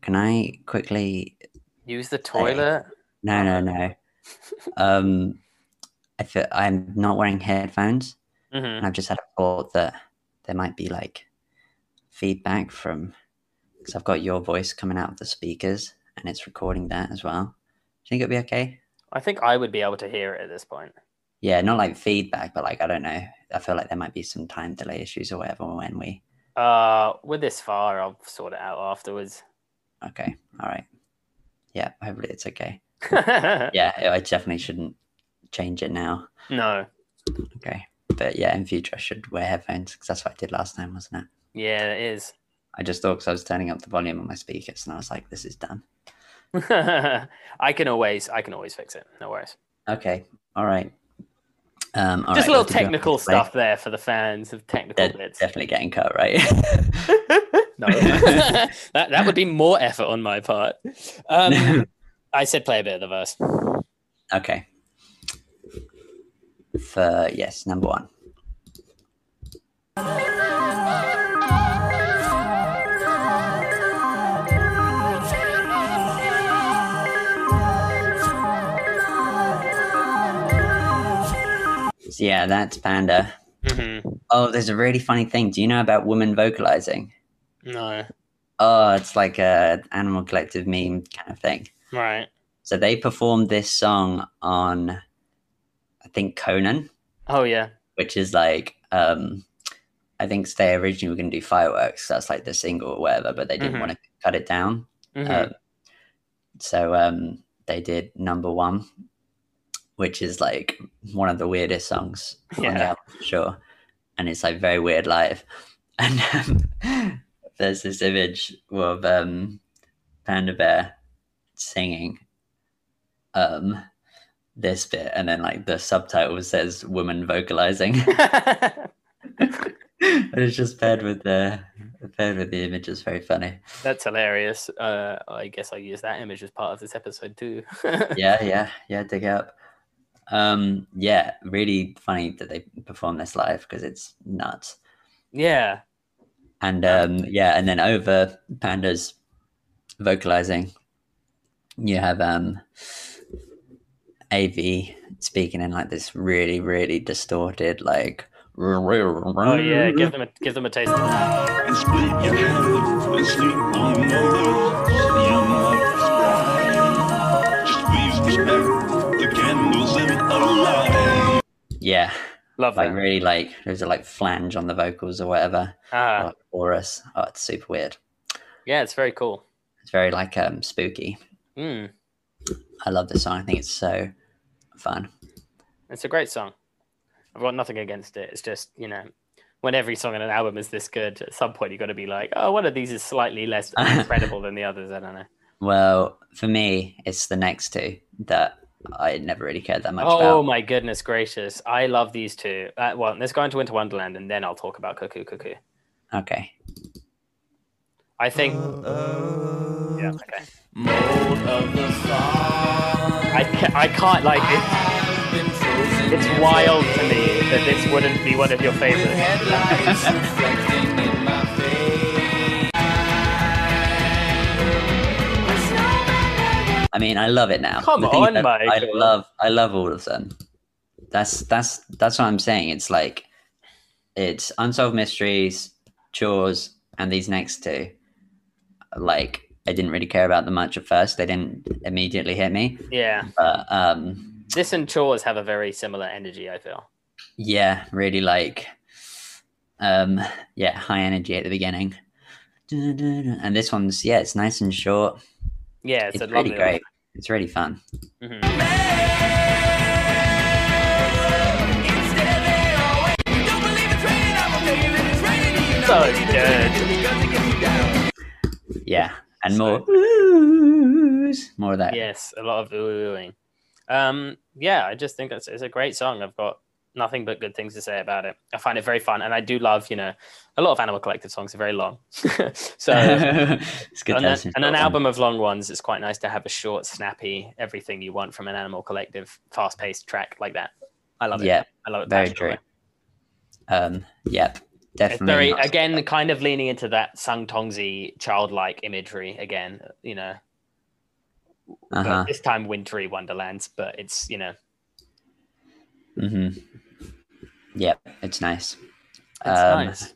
can I quickly?
Use the toilet.
No, no, no. Um, I feel I'm not wearing headphones,
hmm
and I've just had a thought that there might be like feedback from because I've got your voice coming out of the speakers, and it's recording that as well. Do you think it'll be okay?
I think I would be able to hear it at this point.
Yeah, not like feedback, but like I don't know. I feel like there might be some time delay issues or whatever when we.
Uh, we're this far. I'll sort it out <laughs> afterwards.
Okay, all right. Yeah, hopefully it's okay.
no.
Yeah, I- I definitely shouldn't change it now. Okay, but yeah, in future I should wear headphones because that's what I did last time, wasn't it?
Yeah, it is. <laughs>
I just thought because I was turning up the volume on my speakers, and I was like, "This is done."
I can always, I can always fix it. No worries.
Okay, all right. Um, all
Just
right,
a little
what did you-
technical
Wait,
stuff there for the fans of technical
They're
bits.
definitely getting cut, right? <laughs>
<laughs> no, that that would be more effort on my part. <laughs> Um, I said play a bit of the verse.
okay. For yes, number one. So yeah, that's Panda.
Mm-hmm.
Oh, there's a really funny thing. Do you know about women vocalizing?
No,
Oh, it's like a animal collective meme kind of thing.
right?
So they performed this song on, I think Conan,
Oh yeah.
which is like, um, I think they originally were going to do fireworks. That's like the single or whatever, but they didn't
Mhm.
want to cut it down.
Mhm.
Um, so um, they did number one, which is like one of the weirdest songs on the
Yeah.
album, for sure. And it's like very weird live. <laughs> And um, there's this image of um, Panda Bear singing um, this bit, and then like the subtitle says "woman vocalizing," <laughs>
Uh, <laughs>
and it's just paired with the paired with the image. It's very funny.
That's hilarious. Uh, I guess I use that image as part of this episode too. <laughs>
yeah, yeah, yeah. Dig it up. Um, yeah, really funny that they perform this live because it's nuts.
yeah.
And um, yeah, and then over pandas vocalizing, you have um, Av speaking in like this really, really distorted like.
Oh yeah.
Mm-hmm.
Give them a give them a taste.
Sleep on the
Yeah,
Love
like
that.
really like there's a like flange on the vocals or whatever
Ah,
or chorus. Oh, it's super weird.
yeah, it's very cool.
It's very like um spooky.
Mm,
I love this song. I think it's so fun.
it's a great song. I've got nothing against it. It's just you know, when every song on an album is this good, at some point you got to be like, oh, one of these is slightly
<laughs>
less incredible than the others. I don't know.
Well, for me, it's the next two that I never really cared that much
oh
about.
my goodness gracious! I love these two. Uh, well, let's go into Winter Wonderland and then I'll talk about Cuckoo Cuckoo.
Okay.
I think. Yeah. Okay. I ca- I can't like it's it's wild to me that this wouldn't be one of your favorites.
I mean, I love it now.
Come
The thing is
on,
that I
Michael.
love, I love all of them. That's that's that's what I'm saying. It's like it's unsolved mysteries, chores, and these next two. Like I didn't really care about them much at first. They didn't immediately hit me,
Yeah,
but um,
this and Chores have a very similar energy. I feel.
yeah, really like um, yeah, high energy at the beginning. And this one's yeah, it's nice and short.
Yeah, it's,
It's,
a
really
lovely
great. It's really fun.
hmm So good.
Yeah, and more oohs, more of that. <laughs>
Yes, a lot of ooh-ooing. Um, yeah, I just think that's it's a great song. I've got nothing but good things to say about it. I find it very fun, and I do love you know a lot of Animal Collective songs are very long, <laughs> so.
it's <laughs> good.
on
to have
a-
some
on an
fun.
album of long ones, it's quite nice to have a short, snappy, everything you want from an Animal Collective, fast-paced track like that. I love it.
Yeah,
I love it.
very
passionately.
um, yep,
It's
definitely.
very
not-
again, kind of leaning into that Sung Tongsy childlike imagery again. You know, but
uh-huh.
this time wintry wonderlands, but it's you know,
hmm Yep, it's nice.
it's
Um,
nice.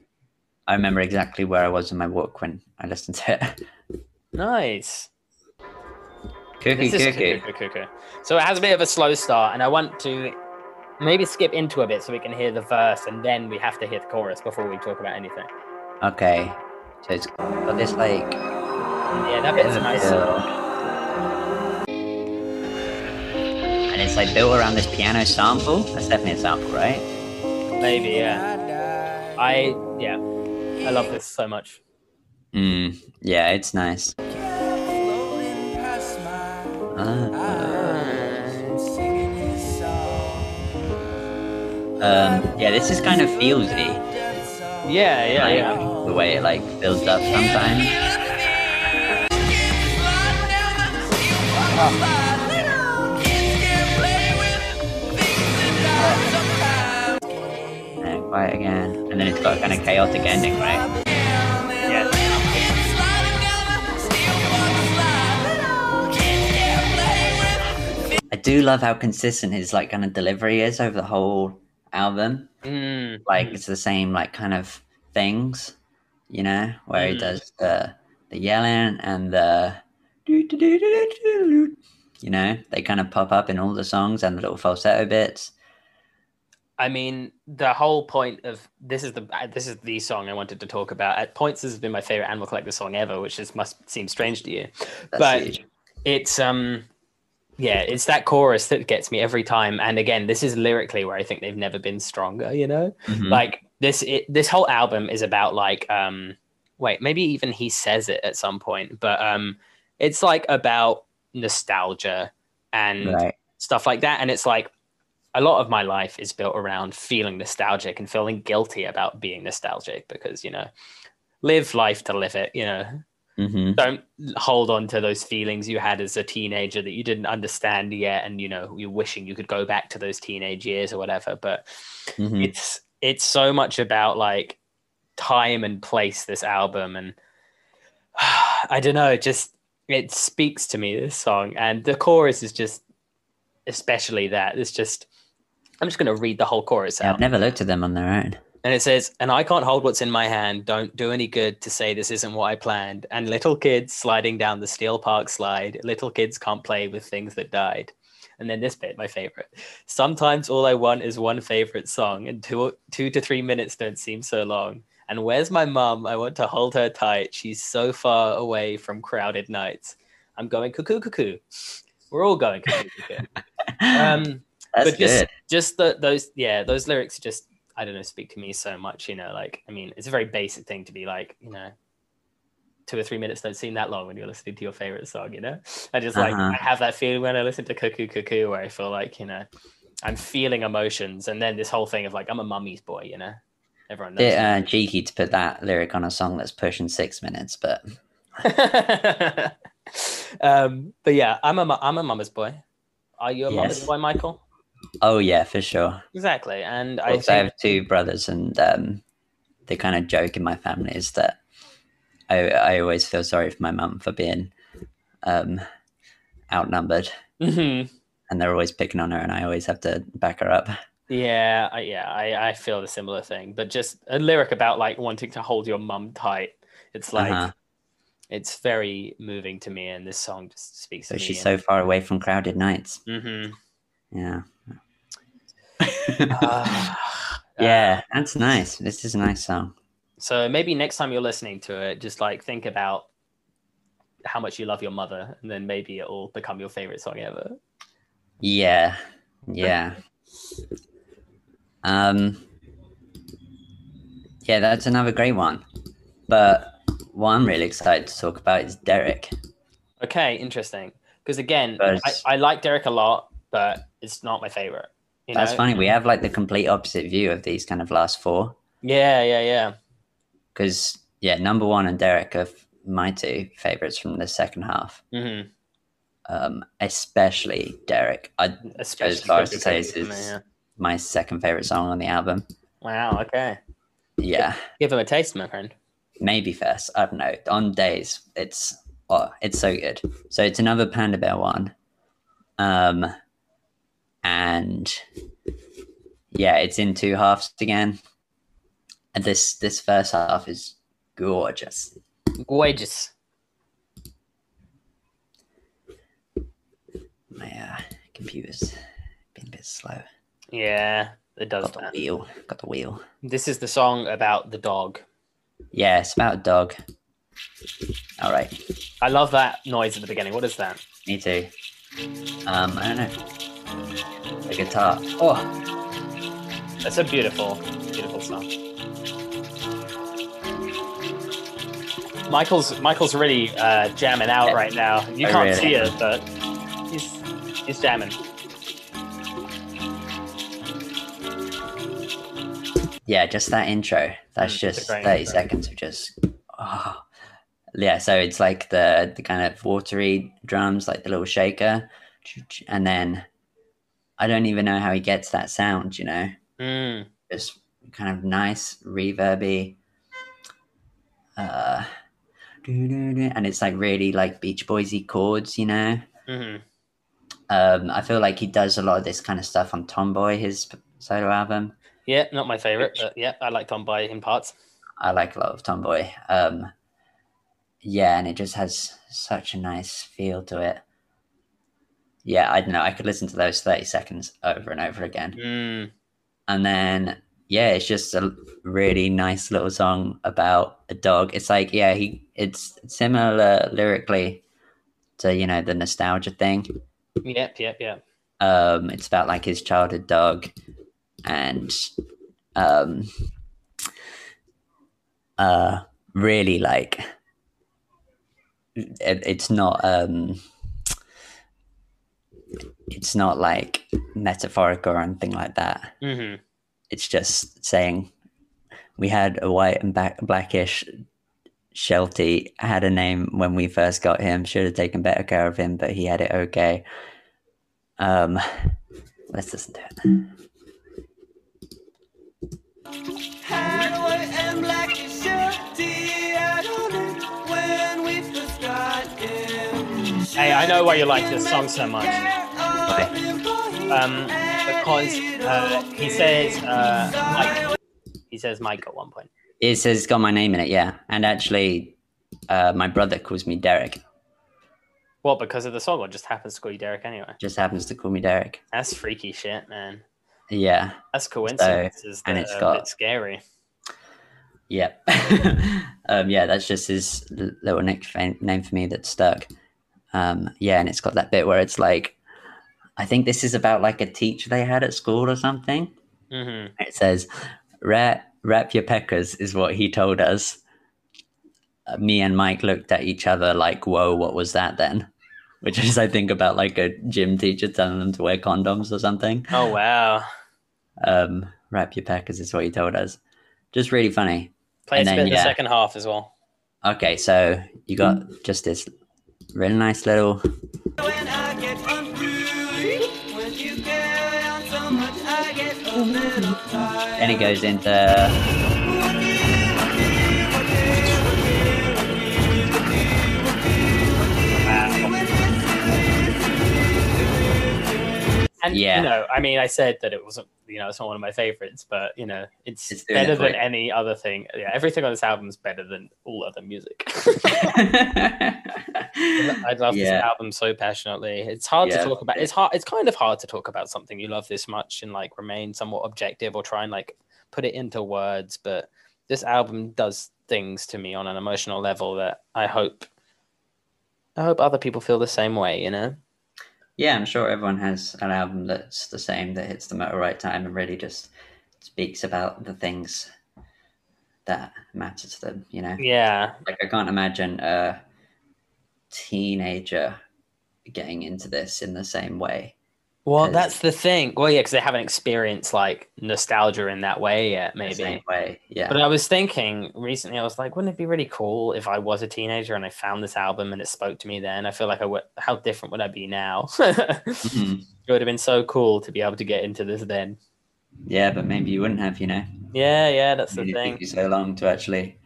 I remember exactly where I was in my walk when I listened to <laughs> it.
Nice.
Cuckoo,
This is
cuckoo.
cuckoo, cuckoo, cuckoo. So it has a bit of a slow start, and I want to maybe skip into a bit so we can hear the verse, and then we have to hear the chorus before we talk about anything.
Okay, so it's got this like
Yeah, that
bit
bit's
of a
nice.
build. and it's like built around this piano sample. That's definitely a sample, right?
Maybe, yeah. I, yeah. I love this so much.
Mm, yeah, it's nice. Ah. um, yeah, this is kind of feelsy.
Yeah, yeah,
like,
yeah.
The way it like builds up sometimes. And quiet again. And then it's got a kind of chaotic ending, right?
Yeah.
I do love how consistent his like kind of delivery is over the whole album.
Mm,
Like it's the same like kind of things, you know, where he
Mm.
does the the yelling and the you know, they kind of pop up in all the songs and the little falsetto bits.
I mean, the whole point of this is the uh, this is the song I wanted to talk about. At points, this has been my favorite Animal Collector song ever, which is must seem strange to you.
That's
But-
huge.
It's um, yeah, it's that chorus that gets me every time. And again, this is lyrically where I think they've never been stronger. You know,
Mhm.
like this it, this whole album is about like um wait maybe even he says it at some point but um it's like about nostalgia and
Mm-hmm. right.
stuff like that and it's like a lot of my life is built around feeling nostalgic and feeling guilty about being nostalgic because you know live life to live it you know
hmm
don't hold on to those feelings you had as a teenager that you didn't understand yet and you know you're wishing you could go back to those teenage years or whatever but
Mhm.
it's it's so much about like time and place this album and <sighs> i don't know it just it speaks to me this song and the chorus is just especially that it's just i'm just going to read the whole chorus
Yeah,
out
I've never looked at them on their own.
and it says, and I can't hold what's in my hand. Don't do any good to say this isn't what I planned. And little kids sliding down the steel park slide. Little kids can't play with things that died. And then this bit, my favorite. Sometimes all I want is one favorite song, and two two to three minutes don't seem so long. And where's my mum? I want to hold her tight. She's so far away from crowded nights. I'm going cuckoo cuckoo. We're all going cuckoo cuckoo. um,
<laughs> That's
but
good.
just just the, those yeah those lyrics just I don't know speak to me so much. You know, like I mean, it's a very basic thing to be like you know. Two or three minutes don't seem that long when you're listening to your favorite song, you know. I just like
Uh-huh.
I have that feeling when I listen to Cuckoo Cuckoo, where I feel like you know, I'm feeling emotions, and then this whole thing of like I'm a mummy's boy, you know. Everyone knows.
Bit uh, cheeky to put that lyric on a song that's pushing six minutes, but
<laughs> um, but yeah, I'm a mu- I'm a mama's boy. Are you a mama's
Yes.
boy, Michael?
oh yeah, for sure.
Exactly. And I
Also, I
think
have two brothers, and um, the kind of joke in my family is that I I always feel sorry for my mum for being um, outnumbered,
<laughs> Mhm.
and they're always picking on her, and I always have to back her up.
yeah, I, yeah, I, I feel the similar thing. But just a lyric about like wanting to hold your mum tight. It's like
Uh-huh.
it's very moving to me, and this song just speaks
So
to me.
she's so far away from crowded nights.
hmm
Yeah,
Mm-hmm.
<laughs>
Uh,
yeah, that's nice. This is a nice song.
<sighs> so maybe next time you're listening to it, just like think about how much you love your mother, and then maybe it'll become your favorite song ever.
Yeah, yeah. Um, yeah, that's another great one. But what I'm really excited to talk about is Derek.
Okay, interesting. Because again,
But
I,
it's-
I like Derek a lot, but it's not my favorite. You
That's
know?
funny. We have like the complete opposite view of these kind of last four.
Yeah, yeah, yeah.
Because, yeah, number one and Derek are f- my two favorites from the second half.
Mm-hmm.
Um, especially Derek. I,
Especially
far as
Cuckoo
to say
Cuckoo for me,
it's-
yeah.
my second favorite song on the album.
Wow. Okay.
Yeah.
Give him a taste, my friend.
maybe first. I don't know. On days, it's oh, it's so good. So it's another Panda Bear one, um, and yeah, it's in two halves again. And this this first half is gorgeous.
Gorgeous.
My uh, computer's been a bit slow.
Yeah, it does.
Got the
that.
wheel. Got the wheel.
This is the song about the dog.
Yeah, it's about a dog. All right,
I love that noise at the beginning. What is that?
me too. Um, I don't know. The guitar. Oh,
That's a beautiful, beautiful song. Michael's Michael's really uh, jamming out right now. You
I
can't
really
see it, but he's he's jamming.
yeah, just that intro. That's
Mm, it's a
just
great
thirty
intro.
seconds of just oh. yeah. So it's like the the kind of watery drums, like the little shaker, and then I don't even know how he gets that sound. You know,
Mm.
just kind of nice reverby. Uh, and it's like really like Beach Boysy chords, you know.
Mm-hmm.
Um, I feel like he does a lot of this kind of stuff on Tomboy, his solo album.
Yeah, not my favorite,
Which-
but yeah, I like Tom by in parts.
I like a lot of Tomboy. Um, yeah, and it just has such a nice feel to it. Yeah, I don't know. I could listen to those 30 seconds over and over again.
Mm.
And then, yeah, it's just a really nice little song about a dog. It's like, yeah, he it's similar lyrically to, you know, the nostalgia thing.
Yep, yep, yep.
Um, it's about like his childhood dog and um uh really like it, it's not um it's not like metaphorical or anything like that.
Mm-hmm.
It's just saying we had a white and black, blackish Sheltie had a name when we first got him. Should have taken better care of him, but he had it okay. Um, let's listen to it.
Had white and black and shorty had on it when we first got him.
Hey, I know why you like this song so much. Um,
Um,
because uh, he says uh, Mike. He says Mike at one point.
It says it's got my name in it, yeah. And actually, uh, my brother calls me Derek.
What, because of the song or just happens to call you Derek anyway?
Just happens to call me Derek.
That's freaky shit, man.
Yeah.
That's coincidences
and
that
it's
are a
got-
bit scary.
Yep. <laughs> um, yeah, that's just his l- little nickname name for me that stuck. Um, yeah, and it's got that bit where it's like, I think this is about like a teacher they had at school or something.
Mm-hmm.
It says, "Wrap wrap your peckers" is what he told us. Uh, me and Mike looked at each other like, "Whoa, what was that then?" <laughs> Which is, I think, about like a gym teacher telling them to wear condoms or something.
Oh, wow.
Um, wrap your peckers is what he told us. Just really funny.
Plays
And
a
then,
bit in the
yeah.
second half as well.
Okay, so you got just this really nice little.
When I get unglued, when you carry on so much, I get a little tired.
Then it goes into. <laughs>
And
Yeah.
you know, I mean, I said that it wasn't, you know, it's not one of my favorites, but you know, it's,
It's doing
better
it for
than
you.
any other thing. Yeah, everything on this album is better than all other music. <laughs> I love
Yeah.
this album so passionately. It's hard
Yeah.
to talk about. It's hard. It's kind of hard to talk about something you love this much and like remain somewhat objective or try and like put it into words. But this album does things to me on an emotional level that I hope, I hope other people feel the same way. You know.
yeah, I'm sure everyone has an album that's the same that hits the motor right time and really just speaks about the things that matter to them. You know,
Yeah.
like I can't imagine a teenager getting into this in the same way.
Well,
'Cause-
that's the thing. Well, yeah, because they haven't experienced like nostalgia in that way yet.
the
Maybe.
same way, yeah.
But I was thinking recently, I was like, wouldn't it be really cool if I was a teenager and I found this album and it spoke to me then? I feel like I would, how different would I be now? <laughs> it
Mhm.
would have been so cool to be able to get into this then.
Yeah, but maybe you wouldn't have, you know.
Yeah, yeah, that's
I
the
mean, it took
thing.
you so long to actually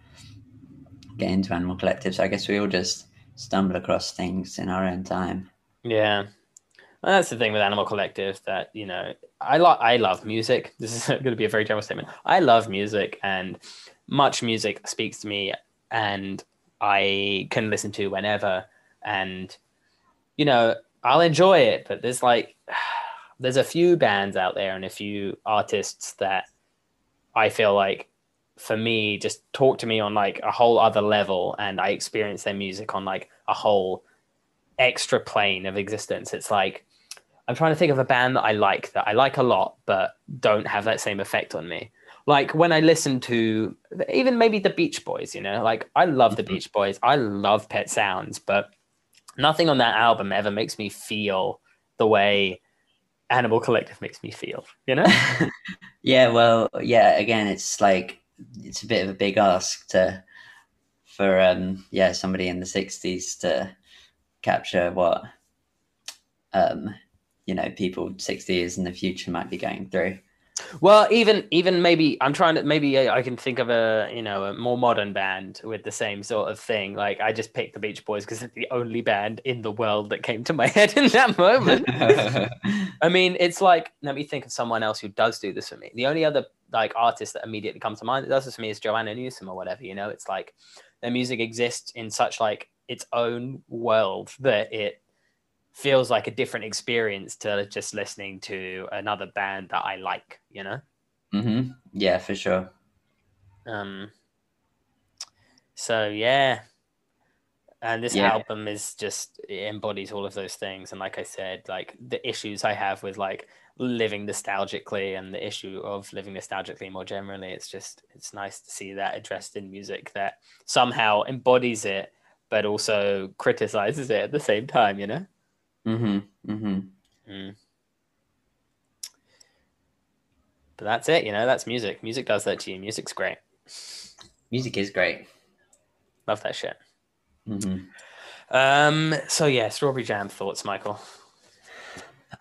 get into animal collectives. I guess we all just stumble across things in our own time.
Yeah. And that's the thing with Animal Collective that, you know, I, lo- I love music. <laughs> This is going to be a very general statement. I love music and much music speaks to me and I can listen to whenever. And, you know, I'll enjoy it, but there's like, <sighs> there's a few bands out there and a few artists that I feel like for me just talk to me on like a whole other level and I experience their music on like a whole extra plane of existence. It's like I'm trying to think of a band that I like that I like a lot, but don't have that same effect on me. Like when I listen to even maybe the Beach Boys, you know, like I love the
Mhm.
Beach Boys, I love Pet Sounds, but nothing on that album ever makes me feel the way Animal Collective makes me feel, you know?
yeah, well, yeah. Again, it's like it's a bit of a big ask to for um yeah somebody in the '60s to capture what um you know people 60 years in the future might be going through. <laughs>
Well, even even maybe I'm trying to maybe I I can think of a you know a more modern band with the same sort of thing. Like I just picked the Beach Boys because it's the only band in the world that came to <laughs> my head in
<laughs>
that moment.
Mm-hmm.
I mean, it's like let me think of someone else who does do this for me. The only other like artist that immediately comes to mind that does this for me is Joanna Newsom or whatever. You know, it's like their music exists in such like its own world that it feels like a different experience to just listening to another band that I like. You know.
hmm Yeah, for sure.
Um, so yeah, and this
Yeah.
album is just it embodies all of those things. And like I said, like the issues I have with like living nostalgically and the issue of living nostalgically more generally, it's just it's nice to see that addressed in music that somehow embodies it but also criticizes it at the same time. You know.
Mm-hmm. Mm-hmm.
Mm. But that's it, you know. That's music. Music does that to you. Music's great.
Music is great.
Love that shit.
Mm-hmm.
Um. So yeah, strawberry jam thoughts, Michael.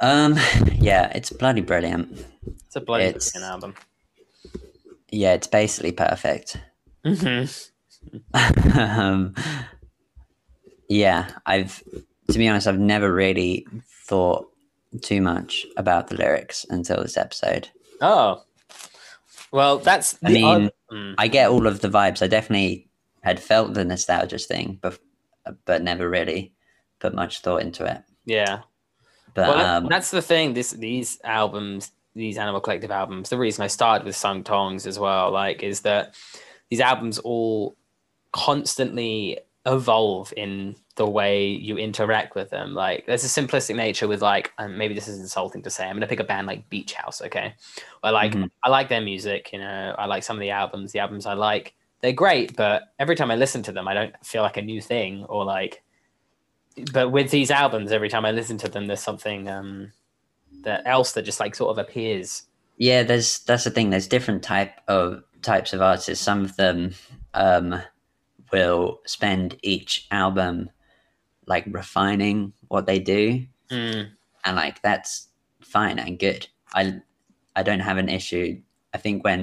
Um, <sighs> yeah, it's bloody brilliant.
It's a bloody
It's-
brilliant album.
Yeah, it's basically perfect. <laughs>
Mm-hmm.
um, yeah, I've, to be honest, I've never really thought too much about the lyrics until this episode.
Oh, well, that's.
I mean-
oth- Mm.
I get all of the vibes. I definitely had felt the nostalgia thing, but but never really put much thought into it.
Yeah.
But
well, that-
um,
that's the thing. This these albums, these Animal Collective albums. The reason I started with Sung Tongs as well, like, is that these albums all constantly evolve in the way you interact with them. Like, there's a simplistic nature with like, um, maybe this is insulting to say. I'm gonna pick a band like Beach House, okay? Where like
Mhm.
I like their music, you know, I like some of the albums. The albums I like, they're great, but every time I listen to them, I don't feel like a new thing or like. But with these albums, every time I listen to them, there's something um, that else that just like sort of appears.
yeah there's that's the thing there's different type of types of artists some of them um will spend each album like refining what they do
Mm,
and like that's fine and good i i don't have an issue i think when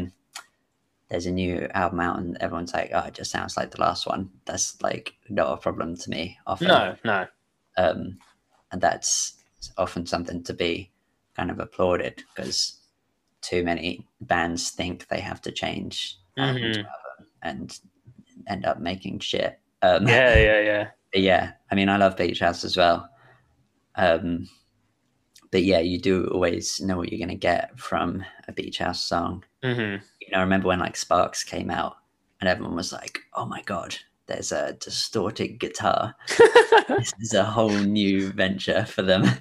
there's a new album out and everyone's like oh it just sounds like the last one that's like not a problem to me often
No, no,
um, and that's often something to be kind of applauded because too many bands think they have to change album to
Mhm.
album and end up making shit. Um,
yeah, yeah, yeah.
but yeah, I mean, I love Beach House as well. Um, but yeah, you do always know what you're going to get from a Beach House song.
Mm-hmm.
You know, I remember when like Sparks came out and everyone was like, oh my God, there's a distorted guitar this is a whole new venture for them. <laughs>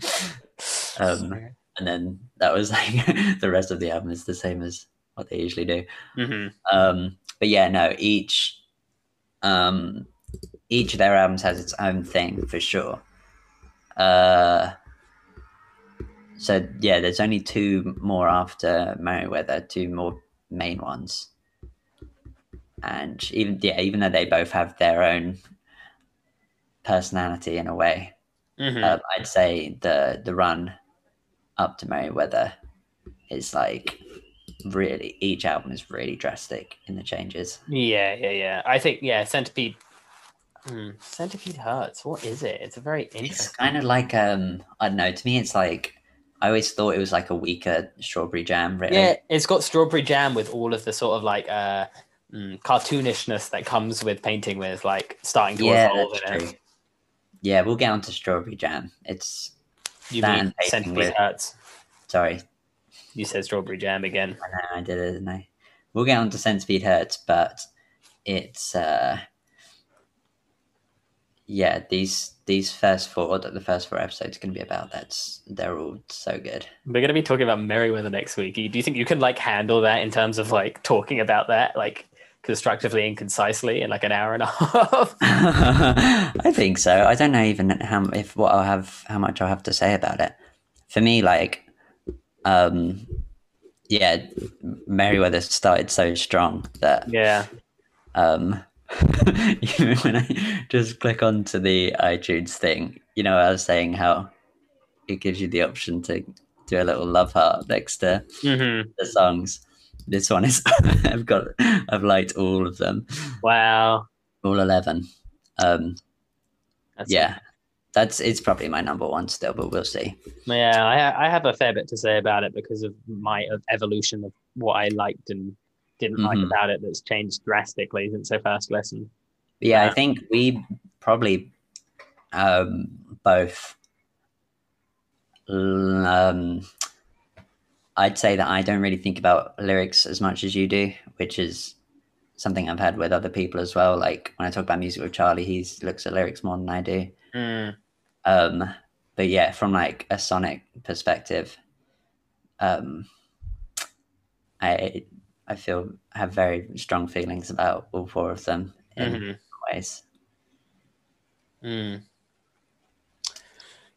Mm-hmm.
Um, and then that was like <laughs> the rest of the album is the same as what they usually do.
hmm
Um, but yeah, no, each um, each of their albums has its own thing for sure. Uh, so yeah, there's only two more after Merryweather, two more main ones, and even yeah, even though they both have their own personality in a way,
hmm
um, I'd say the the run up to Merryweather is like really each album is really drastic in the changes.
Yeah, yeah, yeah. I think yeah, centipede. Hmm, centipede hurts. What is it? It's a very
It's
interesting.
kind of like um I don't know. To me, it's like I always thought it was like a weaker Strawberry Jam. Really,
Yeah, it's got strawberry jam with all of the sort of like uh mm, cartoonishness that comes with painting with like starting to
yeah,
evolve.
that's
In
true.
it.
Yeah, we'll get on to Strawberry Jam. It's
You
That
mean
and painting
centipede
with-
hurts?
sorry,
You said strawberry jam again.
I know I did it, didn't I? We'll get on to Centipede Hurts, but it's uh yeah, these these first four the first four episodes are gonna be about that's they're all so good. <laughs>
We're gonna be talking about Merryweather next week. Do you think you can like handle that in terms of like talking about that like constructively and concisely in like an hour and a <laughs> half?
I think so. I don't know even how if what I'll have how much I'll have to say about it. For me, like um yeah, Merryweather started so strong that
yeah.
um <laughs> even when i just click onto the itunes thing you know i was saying how it gives you the option to do a little love heart next to
Mm-hmm.
the songs this one is <laughs> i've got i've liked all of them
Wow.
all 11 um
That's
yeah that's it's probably my number one still but we'll see
Yeah, I, ha- I have a fair bit to say about it because of my ev- evolution of what I liked and didn't like
Mhm.
about it that's changed drastically since I first listened.
But yeah,
Yeah.
I think we probably um, both. l- Um, I'd say that I don't really think about lyrics as much as you do, which is something I've had with other people as well. Like when I talk about music with Charlie, he looks at lyrics more than I do. Um, but yeah, from like a sonic perspective, um, I I feel have very strong feelings about all four of them in
Mhm.
ways. Hmm.
Mm.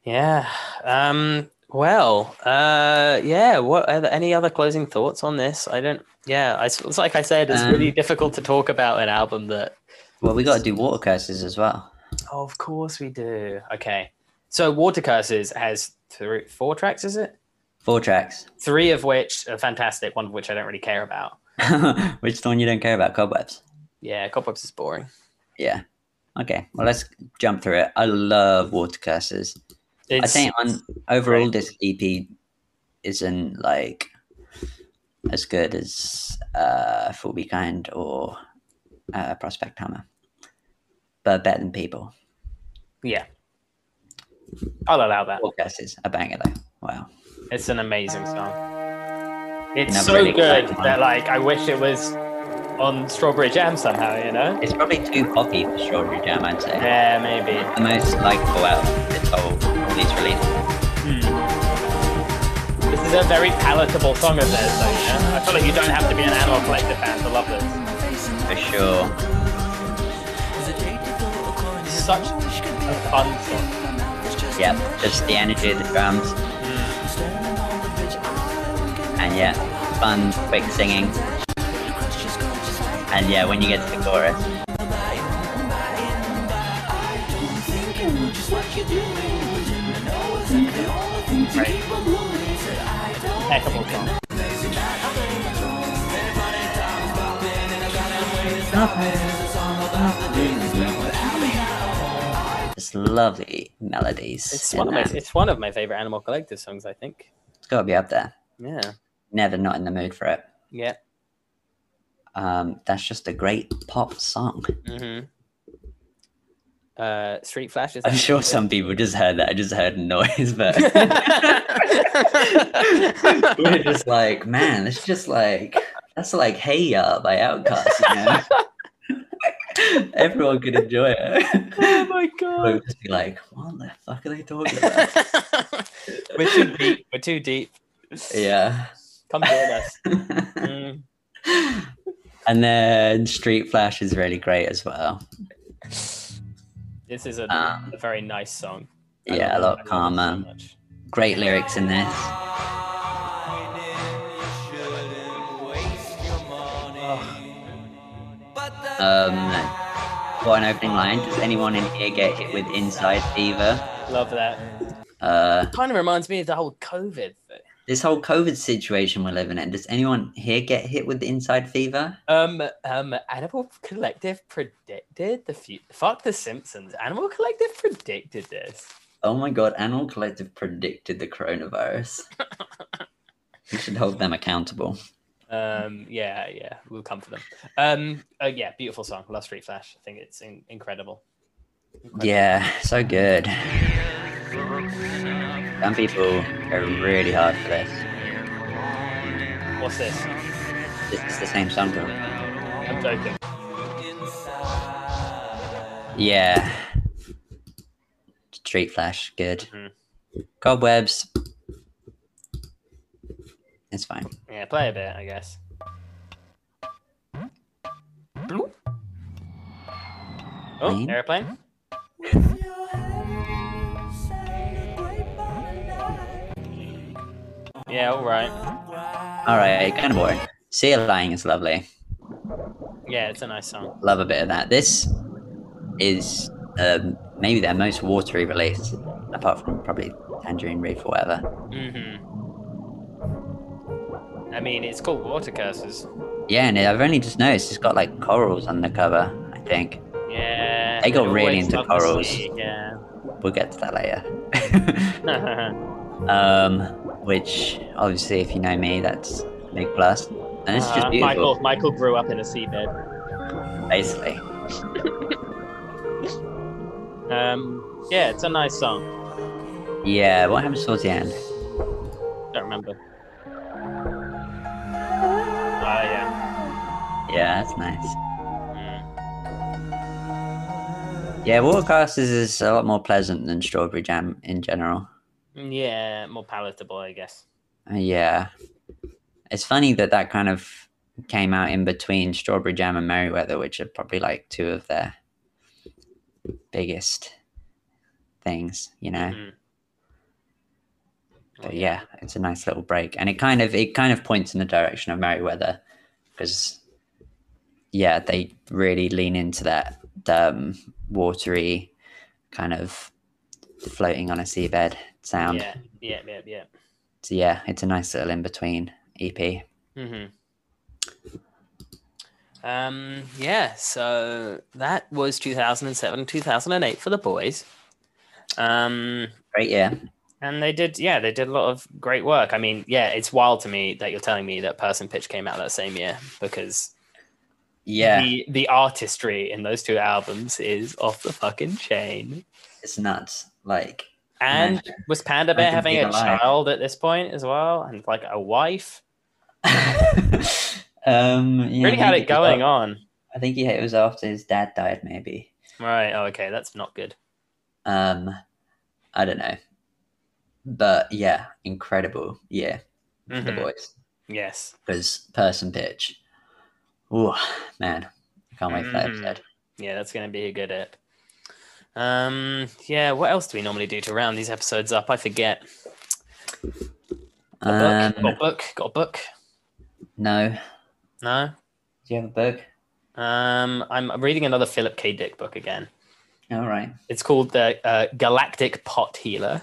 Yeah. Um, well, uh, yeah. What are there any other closing thoughts on this? I don't. Yeah, I, s- it's like I said, it's
Um,
really difficult to talk about an album that
Well, we got to do water curses as well.
Oh, of course we do. Okay. So Water Curses has three, four tracks, is it?
Four tracks. <laughs>
Three of which are fantastic, one of which I don't really care about.
Which one you don't care about? Cobwebs.
Yeah, Cobwebs is boring.
Yeah. Okay. Well, let's jump through it. I love water curses.
It's,
I think on overall, this EP isn't like as good as uh, Full Be Kind or uh, Prospect Hammer, but better than people.
yeah, I'll allow that.
Four guesses. A banger though. Wow.
It's an amazing song. It's
Never
so
really
good
played one.
that like I wish it was on Strawberry Jam somehow. You know?
It's probably too poppy for strawberry jam, I'd say.
Yeah, maybe.
The most likable out of this whole all these releases.
This is a very palatable song of theirs, though. You know? I feel like you don't have to be an Animal Collective fan to love this.
For sure.
This is such a fun song.
Yep. Just the energy of the drums. And yeah, fun, quick singing. And yeah, when you get to the chorus.
Impeccable song.
Just lovely melodies.
It's
in
one of my
that.
it's one of my favorite Animal Collective songs. I think.
it's gotta be up there.
Yeah.
Never not in the mood for it.
Yeah.
Um, that's just a great pop song. <laughs>
Mm-hmm. Uh, Street Flash is.
I'm sure some <laughs> people just heard that. I just heard a noise, but <laughs> we're just like, man, it's just like that's like Hey Ya by Outkast. You know? <laughs> Everyone could enjoy
<laughs> oh
it. <laughs>
my
we
god.
would just be like, what the fuck are they talking about?
We're too deep. We're too deep.
yeah. <laughs>
Come join us. <laughs> Mm.
and then Street Flash is really great as well.
This is a,
Um,
a very nice song. I
yeah, a lot
love it. I love it so
calmer.
much.
Great lyrics in this. Um, what an opening line. Does anyone in here get hit with Inside Fever?
Love that.
Uh,
Kind of reminds me of the whole COVID thing.
this whole COVID situation we're living in, does anyone here get hit with Inside Fever?
Um, um, Animal Collective predicted the future. Fuck the Simpsons. Animal Collective predicted this.
Oh my god, Animal Collective predicted the
<laughs>
coronavirus. we should hold them accountable.
Um, yeah, yeah, we'll come for them. Um, uh, yeah, beautiful song. Love Street Flash. I think it's in- incredible.
Yeah, so good. Some people go really hard for this.
What's this?
It's the same song. though.
I'm joking.
Yeah. Street Flash, good.
Mhm.
Cobwebs. It's fine.
Yeah, play a bit, I guess. Oh,
Plane?
airplane. Yeah, all right.
Alright, kind of boring. Sea Lying is lovely.
Yeah, it's a nice song.
Love a bit of that. This is um, maybe their most watery release, apart from probably Tangerine Reef or whatever.
Mm-hmm. I mean, it's called Water Curses.
Yeah, and I've only just noticed it's got like corals on the cover, I think.
Yeah.
They got
I
really
always
into
love to
corals.
see, Yeah. <laughs>
We'll get to that later. <laughs> um, which, obviously, if you know me, that's a big plus. And it's just
Uh,
beautiful,
Michael, Michael grew up in a seabed.
basically.
Um, yeah, it's a nice song.
Yeah, what happens towards the end?
Don't remember. Oh yeah.
Yeah, that's nice.
Mm.
Yeah, Watercasses is a lot more pleasant than Strawberry Jam in general.
mm, Yeah, more palatable, I guess.
Uh, Yeah. It's funny that that kind of came out in between Strawberry Jam and Merryweather, which are probably like two of their biggest things, you know.
Mm.
But yeah, it's a nice little break, and it kind of it kind of points in the direction of Merryweather, because yeah, they really lean into that um, watery kind of floating on a seabed sound.
Yeah, yeah, yeah, yeah.
So yeah, it's a nice little E in between EP.
Mm-hmm. Um, yeah, so that was 2007, 2008 for the boys. Um,
Great year.
and they did, yeah, they did a lot of great work. I mean, yeah, it's wild to me that you're telling me that Person Pitch came out that same year because
Yeah,
the, the artistry in those two albums is off the fucking chain.
it's nuts. Like
Mm-hmm. And
Imagine.
was Panda Bear
can
having
see
a
the light.
child at this point as well, and like a wife?
<laughs> um, yeah,
really
I
had
think
it going
was,
on.
I think yeah, it was after his dad died, maybe.
Right. Oh, okay. That's not good.
Um, I don't know, but yeah, incredible. Yeah, for the
Mhm.
boys
Yes.
because person pitch. Oh man, I can't wait for that
Mhm.
episode.
Yeah, that's going to be a good ep. Um. Yeah. What else do we normally do to round these episodes up? I forget.
Um,
book. Got a book. Got a book.
no,
No.
do you have a book?
Um. I'm reading another Philip K. Dick book again.
All right.
It's called the uh, Galactic Pot Healer.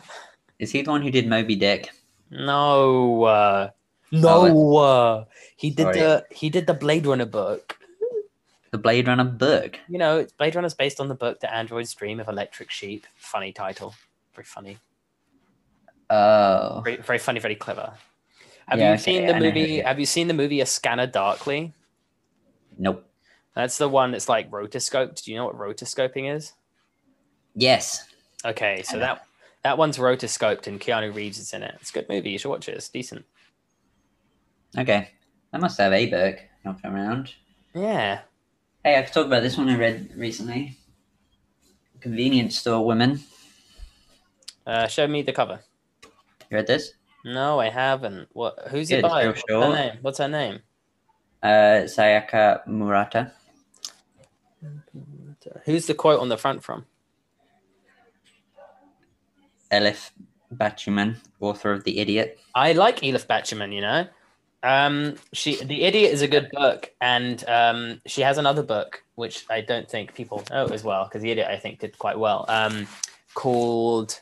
Is he the one who did Moby Dick?
No. Uh,
No,
Uh, he did
Sorry.
the he did the Blade Runner book.
The Blade Runner book.
You know, it's Blade Runner's based on the book The Android's Dream of Electric Sheep. Funny title. Very funny.
Oh,
Very, very funny, very clever. Have
Yeah,
you
okay,
seen
I
the
know who
movie
it is.
have you seen the movie A Scanner Darkly?
nope.
That's the one that's like rotoscoped. Do you know what rotoscoping is?
Yes.
Okay, so that that one's rotoscoped and Keanu Reeves is in it. It's a good movie. You should watch it. It's decent.
Okay. I must have a book knocking around.
Yeah.
Hey, I've talked about this one I read recently. Convenience Store Women.
Uh, show me the cover.
You read this?
No, I haven't. What? Who's
Yeah,
it
it's
by?
real
What's her
short.
name? What's her name?
Uh, Sayaka Murata.
Who's the quote on the front from?
Elif Batuman, author of The Idiot.
I like Elif Batcherman, you know. Um, she The Idiot is a good book, and um, she has another book which I don't think people know as well because The Idiot I think did quite well. Um, called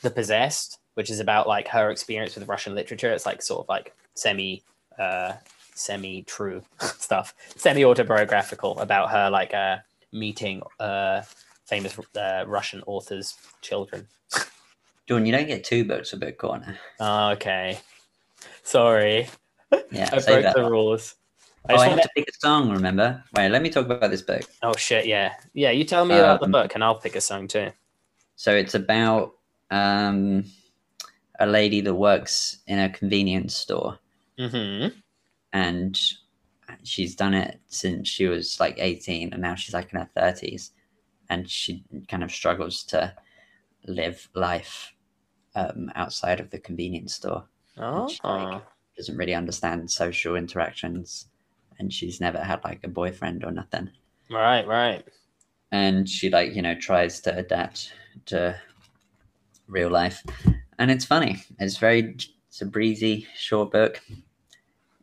The Possessed, which is about like her experience with Russian literature. It's like sort of like semi uh, semi true <laughs> stuff, semi autobiographical about her like uh, meeting uh, famous uh, Russian authors' children.
John, you don't get two books a book corner.
Oh, okay. Sorry.
Yeah,
<laughs> I
save
broke
that.
the
one.
rules. I
oh,
just
I
want
have to pick a song, remember? Wait, let me talk about this book.
oh shit, yeah. Yeah, you tell me about the
Um,
book and I'll pick a song too.
So it's about um, a lady that works in a convenience store.
hmm
and she's done it since she was like 18 and now she's like in her 30s and she kind of struggles to live life um, outside of the convenience store
Oh.
Which, like- doesn't really understand social interactions and she's never had like a boyfriend or nothing
Right, right.
and she like you know tries to adapt to real life and it's funny it's very it's a breezy short book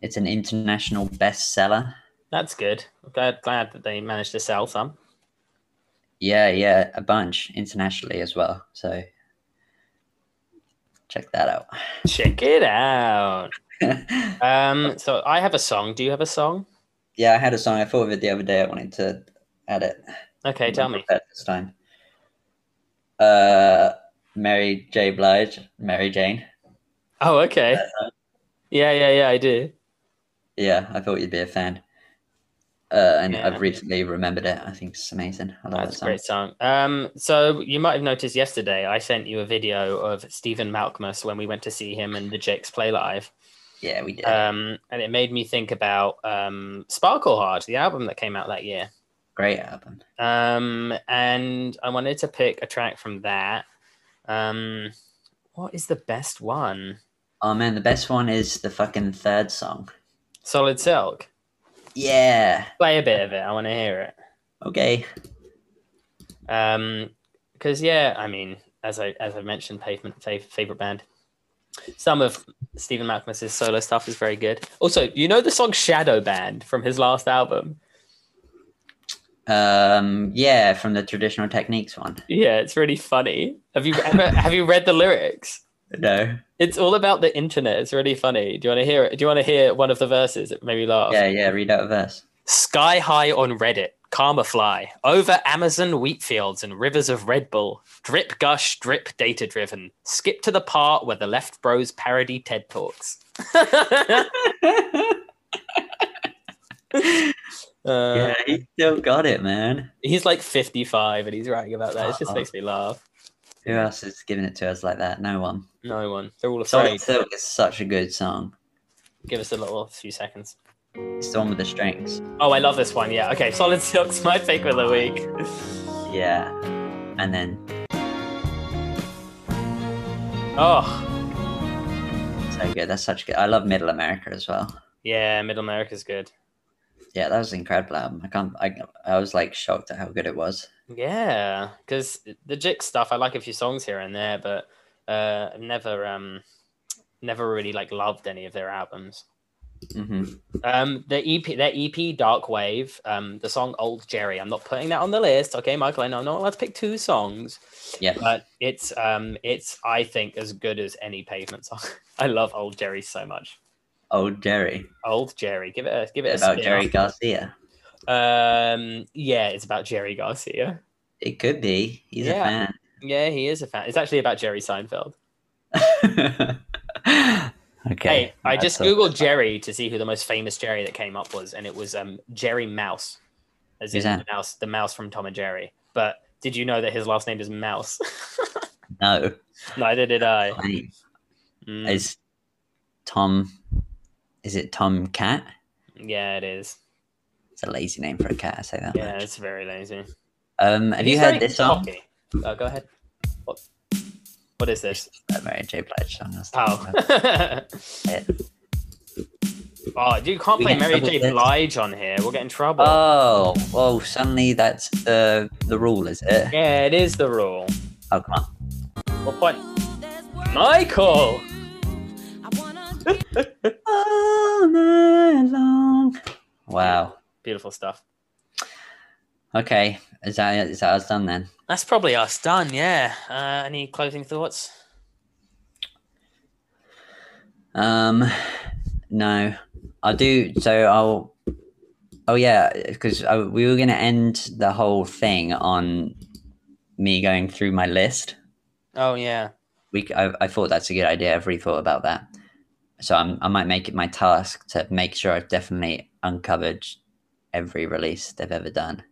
it's an international bestseller
That's good. I'm glad glad that they managed to sell some.
Yeah, yeah, a bunch internationally as well. So check that out. <laughs>
Check it out. Um so I have a song. Do you have a song?
yeah, I had a song I thought of it the other day. I wanted to add it.
Okay, tell
Not
me.
prepared this time. Uh, Mary J. Blige, Mary Jane.
Oh, okay. Yeah, yeah, yeah, I do.
Yeah, I thought you'd be a fan. Uh, and
Yeah.
I've recently remembered it. I think it's amazing. I love
That's
that
a
song.
great song. Um, so you might have noticed yesterday I sent you a video of Stephen Malkmus when we went to see him and the Jakes play live.
Yeah, we did.
um, and it made me think about um, Sparkle Heart, the album that came out that year.
great album.
Um, and I wanted to pick a track from that. Um, what is the best one?
Oh man, the best one is the fucking third song.
Solid Silk.
Yeah.
Play a bit of it. I want to hear it.
Okay.
Um, because yeah, I mean, as I as I mentioned, Pavement fav- favorite band. Some of Stephen Malcolmus's solo stuff is very good. Also, you know the song Shadow Band from his last album?
Um, yeah, from the traditional techniques one.
Yeah, it's really funny. Have you ever have you read the lyrics?
No.
It's all about the internet. It's really funny. Do you want to hear it? Do you want to hear one of the verses? It made me laugh.
Yeah, yeah, read out a verse.
Sky high on Reddit, karma fly over Amazon wheat fields and rivers of Red Bull. Drip gush, drip data driven. Skip to the part where the left bros parody TED talks.
<laughs>
Uh,
yeah, he still got it, man.
He's like 55 and he's writing about that. It just
Uh-huh.
makes me laugh.
Who else is giving it to us like that? No one.
No one. They're all
Solid
afraid.
Silk is such a good song.
Give us a little few seconds.
It's the one with the strings.
Oh, I love this one. Yeah. Okay. Solid Silk's <laughs> my pick of the week. <laughs>
Yeah. And then
Oh,
so good. That's such good. I love Middle America as well.
yeah. Middle America's good.
Yeah, that was an incredible album. I can't. I, I was like shocked at how good it was.
Yeah, because the Jix stuff, I like a few songs here and there, but uh, I've never, um, never really like loved any of their albums.
hmm
Um, the EP, their EP, Dark Wave, um, the song Old Jerry. I'm not putting that on the list, okay, Michael? I know I'm not allowed to pick two songs,
Yeah.
but it's, um, it's I think as good as any Pavement song. <laughs> I love Old Jerry so much.
Old Jerry.
Old Jerry, give it a give it a
About
spin
Jerry Garcia.
Um, yeah, it's about Jerry Garcia.
It could be. He's
Yeah.
a fan.
Yeah, he is a fan. It's actually about Jerry Seinfeld.
<laughs> okay.
Hey, I
that's
just
all. <laughs>
googled Jerry to see who the most famous Jerry that came up was, and it was um, Jerry Mouse, as
Who's
in
that?
the mouse, the mouse from Tom and Jerry. But did you know that his last name is Mouse? <laughs>
No.
Neither
<laughs>
did I.
Wait,
Mm,
Is Tom. Is it Tom Cat?
yeah, it is.
It's a lazy name for a cat. I say that.
Yeah,
much.
it's very lazy.
Um, have you
He's very
heard this song?
cocky. Oh, go ahead. What? What is
<laughs>
this?
That Uh, Mary J. Blige song. I was thinking
Oh. <laughs>
about it.
oh, you can't
We
play
get
Mary
trouble
J.
with this.
Blige on here. <laughs> We'll get in trouble.
Oh, well, suddenly that's the the rule, is it?
yeah, it is the rule.
Oh, come on.
What point? Michael!
All night long. Wow.
Beautiful stuff.
Okay. Is that is that us done then?
That's probably us done, yeah. Uh, any closing thoughts?
Um, no, I do. So I'll. Oh yeah, because we were gonna end the whole thing on me going through my list.
Oh, yeah.
We, c- I, I thought that's a good idea. I've rethought about that. So I'm, I might make it my task to make sure I've definitely uncovered every release they've ever done.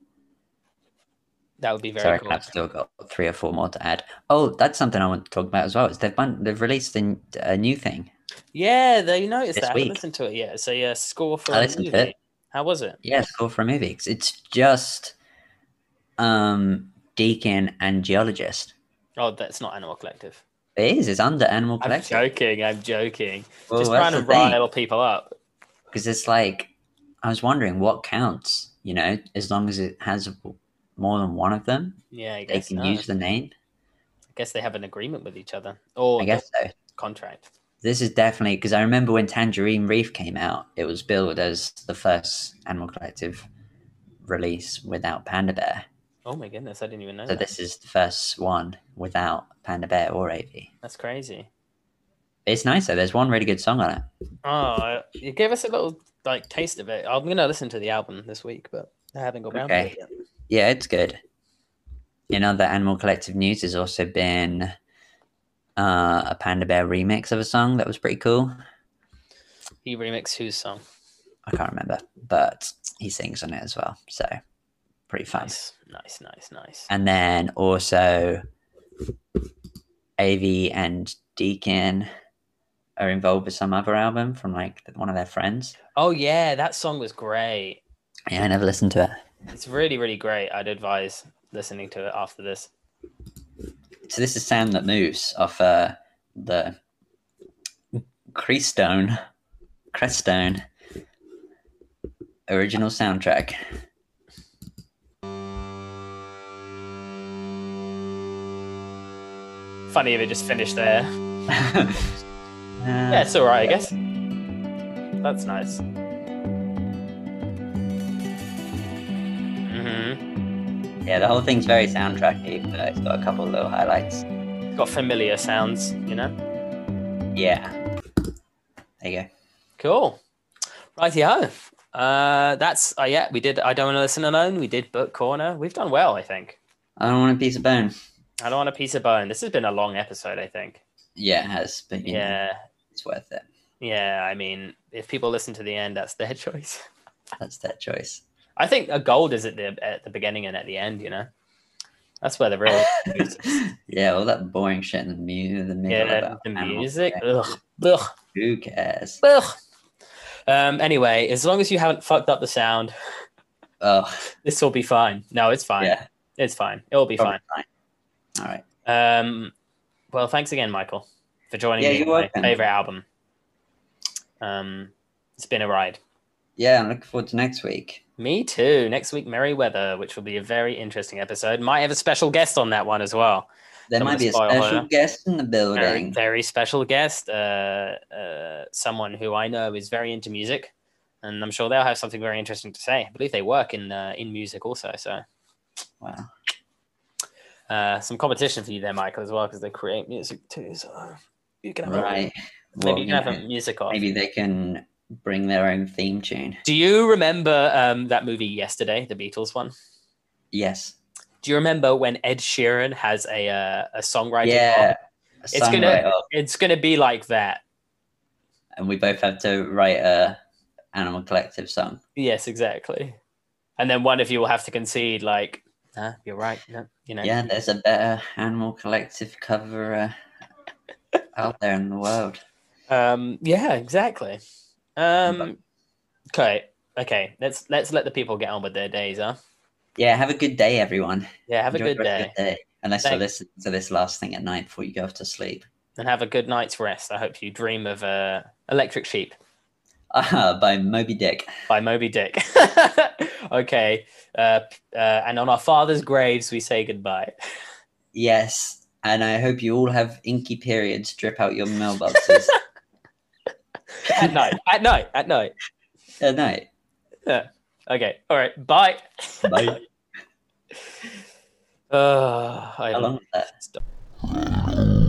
That would be very
Sorry,
cool.
I've still got three or four more to add. Oh, that's something I want to talk about as well. Is they've bun- they've released a, n- a new thing.
Yeah, they noticed
This
that. I haven't
week.
listened to it yet. So, yeah, score for
I
a
listened to
movie.
it.
How was it?
Yeah, score for a movie. 'cause It's just um Deacon and Geologist.
Oh, that's not Animal Collective.
It is. It's under Animal Collective.
I'm joking. I'm joking.
Well,
Just
that's
trying to
the thing,
rile people up.
Because it's like, I was wondering what counts. You know, as long as it has more than one of them,
Yeah, I
they
guess.
can
not.
use the name.
I guess they have an agreement with each other or
I guess so.
contract.
This is definitely because I remember when Tangerine Reef came out, it was billed as the first Animal Collective release without Panda Bear.
Oh my goodness, I didn't even know.
So
that.
this is the first one without Panda Bear or AV.
That's crazy.
It's nice though. There's one really good song on it.
Oh, I- you gave us a little like taste of it. I'm gonna listen to the album this week, but I haven't got round
Okay.
to it yet.
Yeah, it's good. In other Animal Collective news, there's also been uh, a Panda Bear remix of a song that was pretty cool.
He remixed whose song?
I can't remember, but he sings on it as well. So pretty fun.
Nice, nice, nice, nice.
And then also AV and Deacon are involved with some other album from like one of their friends.
Oh yeah, that song was great.
Yeah, I never listened to it.
It's really, really great. I'd advise listening to it after this.
So this is Sound That Moves off uh, the Crestone, Crestone original soundtrack. <laughs>
Funny if it just finished there.
Uh,
Yeah,
yes.
it's all right, I guess. That's nice. hmm
Yeah, the whole thing's very soundtracky, but it's got a couple little highlights.
Got familiar sounds, you know.
Yeah. There you go.
Cool. Rightio. Uh, that's uh, yeah. We did. I don't want to listen alone. We did book corner. We've done well, I think.
I don't want a piece of bone.
I don't want a piece of bone. This has been a long episode, I think.
Yeah, it has, but you know,
Yeah,
it's worth it.
yeah. I mean, if people listen to the end, that's their <laughs> choice.
That's their choice. <laughs>
I think a gold is at the at the beginning and at the end. You know, That's where the real
yeah, all that boring shit in the music. In the middle
yeah,
about
the
animals.
music. Ugh, ugh,
Who cares?
ugh. Um, anyway, as long as you haven't fucked up the sound, <laughs>
Oh,
this will be fine. No, it's fine.
yeah.
It's fine. It'll be
probably
fine.
fine. All right.
Um, well, thanks again, Michael, for joining
Yeah,
me.
you're
on my
welcome.
favorite album. Um, it's been a ride.
Yeah, I'm looking forward to next week.
Me too. Next week, Merryweather, which will be a very interesting episode. Might have a special guest on that one as well.
There
Don't
might be a
wanna spoil
special
her.
guest in the
Very,
building.
very special guest. Uh, uh, someone who I know is very into music, and I'm sure they'll have something very interesting to say. I believe they work in uh, in music also. So
Wow.
uh, some competition for you there, Michael, as well, because they create music too. So you can have a-
Right.
maybe
Well,
you can have
yeah,
a music off.
maybe they can bring their own theme tune.
Do you remember um, that movie yesterday, the Beatles one?
Yes.
Do you remember when Ed Sheeran has a uh, a songwriting?
yeah.
off?
a
It's
song
gonna-
write-off,
it's gonna be like that.
and we both have to write a Animal Collective song.
Yes, exactly. And then one of you will have to concede, like, nah, you're right. No, you know,
Yeah, there's a better Animal Collective cover uh, out there in the world.
um, yeah, exactly. Um, okay, okay. Let's let's let the people get on with their days, huh?
Yeah, have a good day, everyone.
Yeah, have a
Enjoy
good
the rest
day
of your Unless you
Thanks.
listen to this last thing at night before you go off to sleep. <laughs>
and have a good night's rest. I hope you dream of uh, Electric Sheep.
Ah, by Moby Dick.
by Moby Dick. <laughs> okay. Uh, p- uh, and on our father's graves, we say goodbye. <laughs>
Yes, and I hope you all have inky periods drip out your mailboxes
At night. At night. At night.
at night.
Okay. All right. Bye. <sighs>
Bye.
Uh, I
How long was that?
haven't-